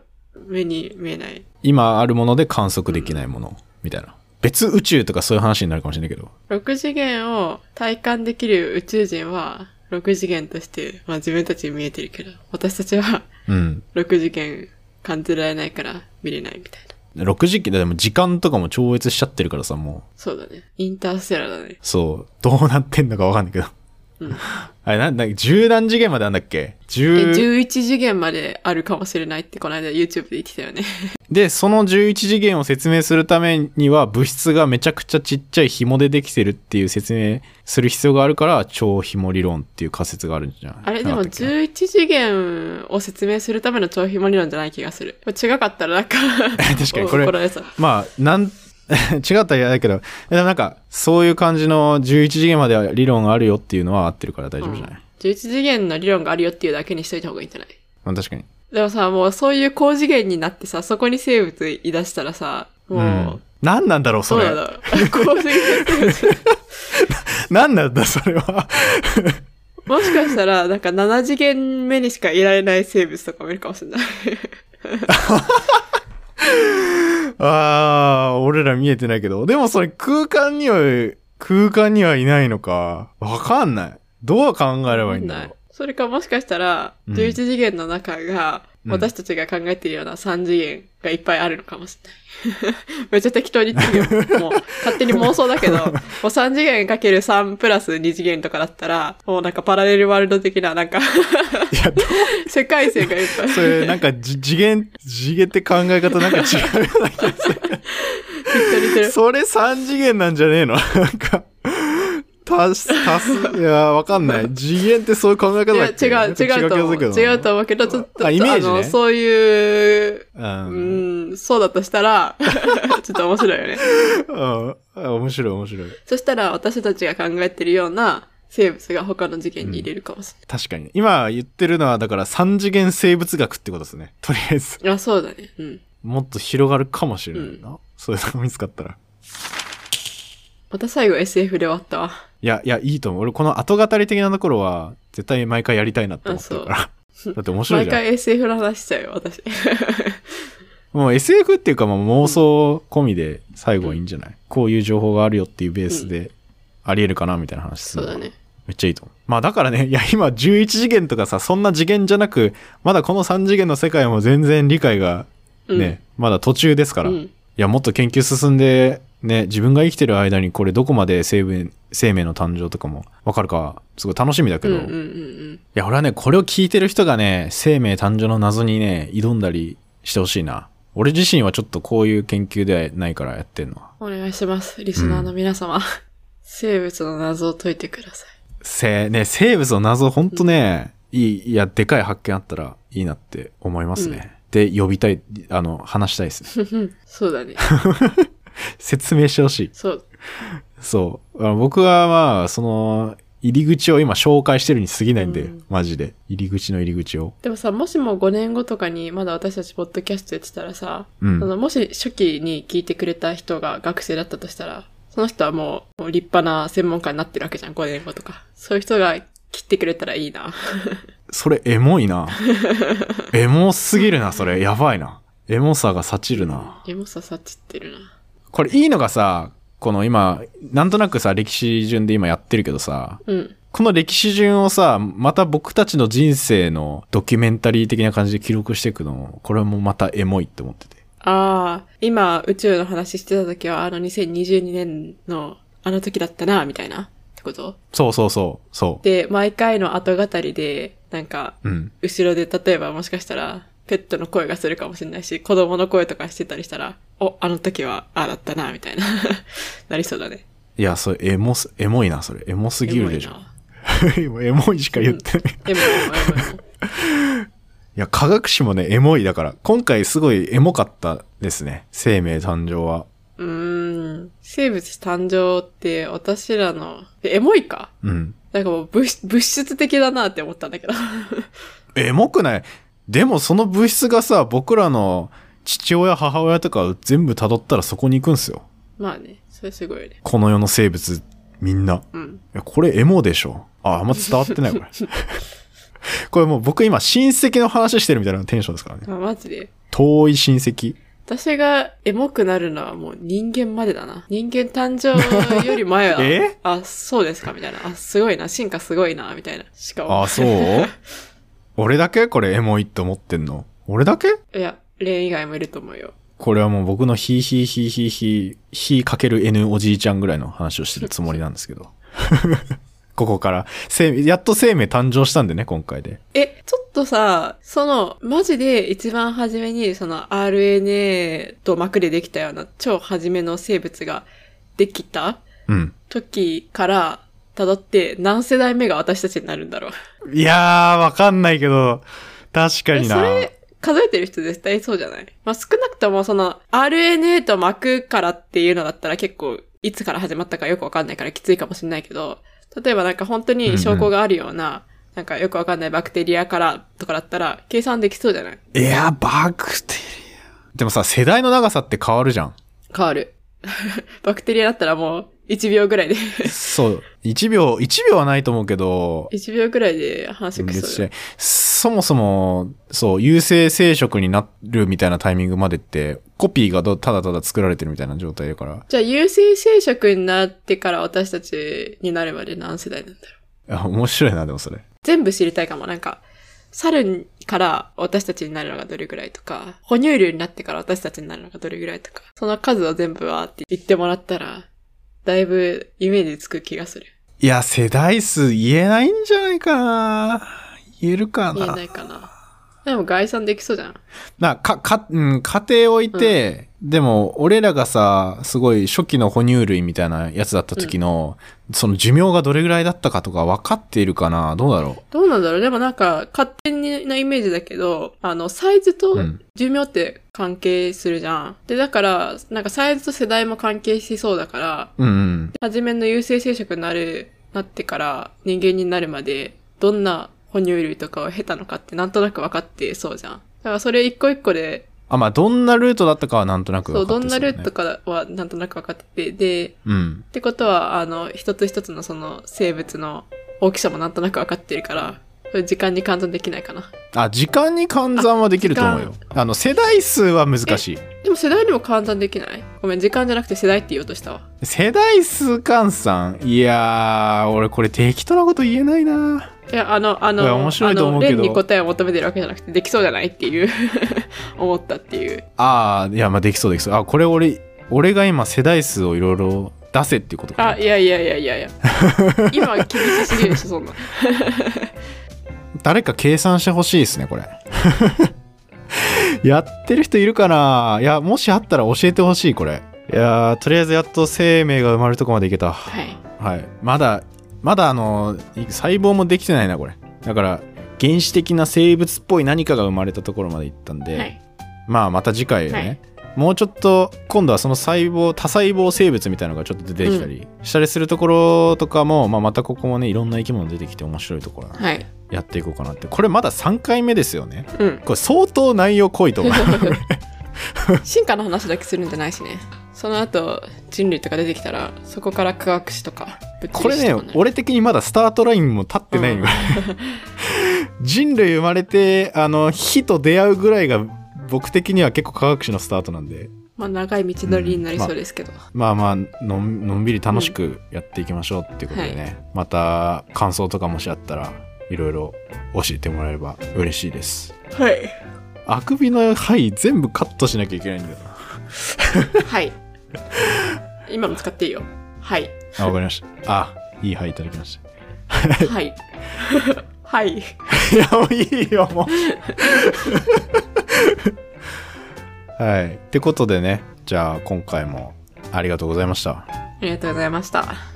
[SPEAKER 1] 目に見えない。
[SPEAKER 2] 今あるもので観測できないもの、みたいな。別宇宙とかそういう話になるかもしれないけど。
[SPEAKER 1] 6次元を体感できる宇宙人は、6次元として、まあ自分たちに見えてるけど、私たちは [LAUGHS]
[SPEAKER 2] うん。
[SPEAKER 1] 6次元感じられないから見れないみたいな。
[SPEAKER 2] 6時期でも時間とかも超越しちゃってるからさ、も
[SPEAKER 1] そうだね。インターステラーだね。
[SPEAKER 2] う。そう。どうなってんのかわかんないけど。
[SPEAKER 1] うん。
[SPEAKER 2] あれ、なんだ、10何次元まであんだっけ
[SPEAKER 1] え、
[SPEAKER 2] 10
[SPEAKER 1] 11次元まであるかもしれないってこの間 YouTube で言ってたよ [LAUGHS] ね。
[SPEAKER 2] で、その11次元を説明するためには物質がめちゃくちゃちっちゃい紐でできてるっていう説明する必要があるから超紐理論っていう仮説があるんじゃない
[SPEAKER 1] あれ、でも
[SPEAKER 2] なかったっけ、
[SPEAKER 1] 11次元を説明するための超ひも理論じゃない気がする。これ違かったらなんか [LAUGHS]
[SPEAKER 2] 確かにこれ
[SPEAKER 1] 怒られそう。
[SPEAKER 2] まあ、なん、 [LAUGHS] 違ったら嫌だけど、でもなんか、そういう感じの11次元までは理論があるよっていうのは合ってるから大丈夫じゃない、
[SPEAKER 1] 11次元の理論があるよっていうだけにしといた方がいいんじゃない
[SPEAKER 2] まあ確かに。
[SPEAKER 1] でもさ、もうそういう高次元になってさ、そこに生物言い出したらさ、もう、
[SPEAKER 2] ん。何なんだろう、そ
[SPEAKER 1] そう
[SPEAKER 2] れ。
[SPEAKER 1] だろう。高次元生物。
[SPEAKER 2] 何なんだ、それは。
[SPEAKER 1] もしかしたら、なんか7次元目にしかいられない生物とかもいるかもしれない。
[SPEAKER 2] あー、俺ら見えてないけど。でもそれ空間には、空間にはいないのか。わかんない。どう考えればいいんだろう。
[SPEAKER 1] それかもしかしたら、
[SPEAKER 2] うん
[SPEAKER 1] 11次元の中が、
[SPEAKER 2] うん
[SPEAKER 1] 私たちが考えてるような3次元がいっぱいあるのかもしれない。めっ [LAUGHS] ちゃ適当に言って
[SPEAKER 2] [LAUGHS]
[SPEAKER 1] るよ。もう、勝手に妄想だけど、もう3次元かける3プラス2次元とかだったら、もうなんかパラレルワールド的な、なんか、
[SPEAKER 2] いや、ど
[SPEAKER 1] 世界線がいっぱい。
[SPEAKER 2] それ、なんか、じ次元、次元って考え方なんか違うような気がする。
[SPEAKER 1] 適当に言ってる。
[SPEAKER 2] [LAUGHS] それ3次元なんじゃねえの [LAUGHS] なんか、足す、足す、いや、わかんない。
[SPEAKER 1] [LAUGHS]
[SPEAKER 2] 次元ってそういう考え方
[SPEAKER 1] い
[SPEAKER 2] だ
[SPEAKER 1] や、
[SPEAKER 2] っけ
[SPEAKER 1] 違う、違うと思う。違うと思うけど、ちょっと、
[SPEAKER 2] あイメージね
[SPEAKER 1] あの、そういう、
[SPEAKER 2] 思
[SPEAKER 1] う
[SPEAKER 2] うん。
[SPEAKER 1] ん、そうだとしたら、 [LAUGHS] ちょっと面白いよね。
[SPEAKER 2] うん。あ面白い、面白い。
[SPEAKER 1] そしたら私たちが考えてるような生物が他の事件に入れるかもしれ
[SPEAKER 2] 確かに。今言ってるのは、だから3次元生物学ってことですね。とりあえず。
[SPEAKER 1] ない。あ、そうだね。うん。
[SPEAKER 2] もっと広がるかもしれないな。そういうのが見つかったら。
[SPEAKER 1] また最後 SF で終わったわ。
[SPEAKER 2] いや、いや、いいと思う。俺、この後語り的なところは、絶対毎回やりたいなって思ってるから。だって面白い
[SPEAKER 1] 毎
[SPEAKER 2] じゃん。
[SPEAKER 1] 回 SF の話しちゃうよ、私。
[SPEAKER 2] [LAUGHS] もう SF っていうかまあ妄想込みで最後はいいんじゃない、こういう情報があるよっていうベースでありえるかなみたいな話す
[SPEAKER 1] そう
[SPEAKER 2] るの
[SPEAKER 1] だ
[SPEAKER 2] が
[SPEAKER 1] ね。
[SPEAKER 2] めっちゃいいと思う。まあだからね、いや今11次元とかさ、そんな次元じゃなく、まだこの3次元の世界も全然理解が
[SPEAKER 1] うん
[SPEAKER 2] ね、まだ途中ですから、
[SPEAKER 1] うん
[SPEAKER 2] いやもっと研究進んで、ね、自分が生きてる間にこれどこまで生命生命の誕生とかもわかるか、すごい楽しみだけ
[SPEAKER 1] うん
[SPEAKER 2] ど、
[SPEAKER 1] うんうん
[SPEAKER 2] い
[SPEAKER 1] うん。
[SPEAKER 2] や俺はね、これを聞いてる人がね、生命誕生の謎にね、挑んだりしてほしいな。俺自身はちょっとこういう研究ではないからやってんのは。
[SPEAKER 1] お願いします。リスナーの皆様。生物の謎を解いてください。
[SPEAKER 2] せ、ね、生物の謎ほんとね、いい、いや、でかい発見あったらいいなって思いますね。で、呼びたい、あの、話したいですね。
[SPEAKER 1] [LAUGHS] ふふんそう
[SPEAKER 2] [LAUGHS]
[SPEAKER 1] だね。
[SPEAKER 2] 説明してほしい。
[SPEAKER 1] そう。
[SPEAKER 2] そう。あの僕はまあ、その、入り口を今紹介してるに過ぎないんで、
[SPEAKER 1] うん
[SPEAKER 2] マジで。入り口の入り口を。
[SPEAKER 1] でもさ、もしも5年後とかにまだ私たちポッドキャストやってたらさ、
[SPEAKER 2] うん
[SPEAKER 1] そのもし初期に聞いてくれた人が学生だったとしたら、その人はもうもう立派な専門家になってるわけじゃん、5年後とか。そういう人が切ってくれたらいいな。
[SPEAKER 2] それ、エモい
[SPEAKER 1] [LAUGHS]
[SPEAKER 2] な。エモすぎるな、それ。やばいな。エモさが察ちるな。
[SPEAKER 1] でもさ、さっちってるな。
[SPEAKER 2] これ、いいのがさ、この今、なんとなくさ、歴史順で今やってるけどさ、
[SPEAKER 1] うん。
[SPEAKER 2] この歴史順をさ、また僕たちの人生のドキュメンタリー的な感じで記録していくの、これもまたエモいって思ってて。
[SPEAKER 1] ああ、今宇宙の話してた時はあの2022年のあの時だったな、みたいな。ってこと
[SPEAKER 2] そうそうそう、そ
[SPEAKER 1] で、毎回の後語りで、なんか、
[SPEAKER 2] う。うん。
[SPEAKER 1] 後ろで例えばもしかしたら、ペットの声がするかもしれないし、子供の声とかしてたりしたら、お、あの時は、ああだったな、みたいな。 [LAUGHS] なりそうだね。
[SPEAKER 2] いや、それ、エモす、エモいな、それ。エモすぎるでしょ。今 [LAUGHS] エモいしか言ってない。い
[SPEAKER 1] エモいな。エモい、エモい、エモい。
[SPEAKER 2] や、科学史もね、エモいだから、今回すごいエモかったですね。生命誕生は。
[SPEAKER 1] うーん。生物誕生って、私らの、えエモいか
[SPEAKER 2] うん。
[SPEAKER 1] なんかもう物質物質的だなって思ったんだけど。 [LAUGHS]
[SPEAKER 2] エモくないでもその物質がさ、僕らの父親、母親とかを全部辿ったらそこに行くんすよ。
[SPEAKER 1] まあね、それすごいよね。
[SPEAKER 2] この世の生物、みんな。い
[SPEAKER 1] うん。
[SPEAKER 2] や、これエモでしょ。あ、あんま伝わってない、これ。 [LAUGHS] これもう僕今親戚の話してるみたいなテンションですからね。
[SPEAKER 1] まあマジで。
[SPEAKER 2] 遠い親戚。
[SPEAKER 1] 私がエモくなるのはもう人間までだな。人間誕生より前は、
[SPEAKER 2] [LAUGHS] え
[SPEAKER 1] あ、そうですかみたいな。あ、すごいな。進化すごいな。みたいな。しかも。
[SPEAKER 2] あ、そう俺だけこれエモいって思ってんの。俺だけ
[SPEAKER 1] いや、レン以外もいると思うよ。
[SPEAKER 2] これはもう僕のヒーヒーヒーヒーヒー、ヒーかける N おじいちゃんぐらいの話をしてるつもりなんですけ
[SPEAKER 1] [LAUGHS]
[SPEAKER 2] ど。ここから、生やっと生命誕生したんでね、今回で。
[SPEAKER 1] え、ちょっとさ、その、マジで一番初めに、その RNA と膜でできたような超初めの生物ができた
[SPEAKER 2] うん。
[SPEAKER 1] 時から辿って何世代目が私たちになるんだろう。
[SPEAKER 2] いやー、わかんないけど、確か
[SPEAKER 1] え
[SPEAKER 2] に
[SPEAKER 1] そ
[SPEAKER 2] な。
[SPEAKER 1] れ、数えてる人絶対そうじゃないまあ、少なくともその RNA と膜からっていうのだったら結構いつから始まったかよくわかんないからきついかもしれないけど、例えばなんか本当に証拠があるような、なんかよくわかんないバクテリアからとかだったら計算できそうじゃない
[SPEAKER 2] いやー、バクテリア。でもさ、世代の長さって変わるじゃん。
[SPEAKER 1] 変わる。 [LAUGHS] バクテリアだったらもう1秒ぐらい [LAUGHS] で、
[SPEAKER 2] そう。1秒、1秒はないと思うけど、
[SPEAKER 1] 1秒ぐらいで話く
[SPEAKER 2] 別
[SPEAKER 1] そ
[SPEAKER 2] に
[SPEAKER 1] う。
[SPEAKER 2] そもそも、そう、有性生殖になるみたいなタイミングまでって、コピーがどただただ作られてるみたいな状態だから、
[SPEAKER 1] じゃあ、優性生殖になってから私たちになるまで何世代なんだろう
[SPEAKER 2] あ、面白いな、でもそれ。
[SPEAKER 1] 全部知りたいかも。なんか、猿から私たちになるのがどれぐらいとか、哺乳類になってから私たちになるのがどれぐらいとか、その数を全部わーって言ってもらったら、だいぶイメージつく気がする。
[SPEAKER 2] いや、世代数言えないんじゃないかな言えるか
[SPEAKER 1] 言え
[SPEAKER 2] な
[SPEAKER 1] ないかな。でも概算できそうじゃん。
[SPEAKER 2] な、か、か、うん、家庭を置いて、でも、俺らがさ、すごい初期の哺乳類みたいなやつだった時の、その寿命がどれぐらいだったかとか分かっているかなどうだろ
[SPEAKER 1] どうなんだろうでもなんか、勝手なイメージだけど、あの、サイズと
[SPEAKER 2] うん
[SPEAKER 1] 寿命って関係するじゃん。で、だから、なんかサイズと世代も関係しそうだから、
[SPEAKER 2] ううんうん。
[SPEAKER 1] 初めの有性生殖になる、なってから人間になるまで、どんな哺乳類とかを経たのかってなんとなく分かってそうじゃん。だからそれ一個一個で、
[SPEAKER 2] あ、まあ、どんなルートだったかはなんとなく分
[SPEAKER 1] そう、
[SPEAKER 2] か
[SPEAKER 1] ど
[SPEAKER 2] っ
[SPEAKER 1] ん
[SPEAKER 2] て
[SPEAKER 1] な
[SPEAKER 2] そうだね
[SPEAKER 1] ルートかはなんとなく分かってて、で、
[SPEAKER 2] うん。
[SPEAKER 1] ってことは、あの、一つ一つのその生物の大きさもなんとなく分かってるから、それ時間に換算できないかな。
[SPEAKER 2] あ、時間に換算はできると思うよ。あの、世代数は難しい。
[SPEAKER 1] でも世代にも換算できないごめん、時間じゃなくて世代って言おうとしたわ。
[SPEAKER 2] 世代数換算いやー、俺これ適当なこと言えないない
[SPEAKER 1] や、あの、あ
[SPEAKER 2] いや
[SPEAKER 1] の、
[SPEAKER 2] 面白いと思う
[SPEAKER 1] あの
[SPEAKER 2] けど
[SPEAKER 1] 蓮に答えを求めてるわけじゃなくて、できそうじゃないっていう、 [LAUGHS] 思ったっていう。
[SPEAKER 2] ああ、いや、まあできそうできそう。あ、これ俺、俺が今世代数をいろいろ出せっていうことかな。
[SPEAKER 1] あ、いやいやいやいやいや。今厳しすぎるでしょ、そんな。
[SPEAKER 2] 誰か計算してほしいですね、これ。 [LAUGHS] やってる人いるかないや、もしあったら教えてほしい、これ。いやー、とりあえずやっと生命が生まれるとこまでいけた。
[SPEAKER 1] はい。
[SPEAKER 2] はい。まだ、まだあの、い細胞もできてないな、これ。だから、原始的な生物っぽい何かが生まれたところまで行ったんで、
[SPEAKER 1] はい。
[SPEAKER 2] まあまた次回ね、
[SPEAKER 1] はい
[SPEAKER 2] もうちょっと今度はその細胞多細胞生物みたいなのがちょっと出てきたりしたりするところとかも、まあ、またここもねいろんな生き物出てきて面白いところな
[SPEAKER 1] はい。
[SPEAKER 2] やっていこうかなってこれまだ3回目ですよね [LAUGHS]
[SPEAKER 1] うん。
[SPEAKER 2] これ相当内容濃いと
[SPEAKER 1] [LAUGHS]
[SPEAKER 2] 思う
[SPEAKER 1] 進化の話だけするんじゃないしね。その後、人類とか出てきたら、そこから科学史とか、物
[SPEAKER 2] これ
[SPEAKER 1] 理史
[SPEAKER 2] ね
[SPEAKER 1] とか、
[SPEAKER 2] 俺的にまだスタートラインも立ってない、
[SPEAKER 1] うん
[SPEAKER 2] [LAUGHS] 人類生まれてあの火と出会うぐらいが僕的には結構科学史のスタートなんで
[SPEAKER 1] まあ、長い道のりになりそうですけど。
[SPEAKER 2] まあまあのんのんびり楽しくやっていきましょうっていうことでね、
[SPEAKER 1] は
[SPEAKER 2] また感想とかもしあったらいろいろ教えてもらえれば嬉しいです
[SPEAKER 1] はい。
[SPEAKER 2] [LAUGHS] あくびの範囲全部カットしなきゃいけないんだよな
[SPEAKER 1] はい。今も使っていいよ。はい。
[SPEAKER 2] あ、わかりました。あ、いいはいいただきました。 [LAUGHS]
[SPEAKER 1] はい。はい。
[SPEAKER 2] いや、もういいよ、もう。はい。ってことでね、じゃあ今回もありがとうございました。
[SPEAKER 1] ありがとうございました。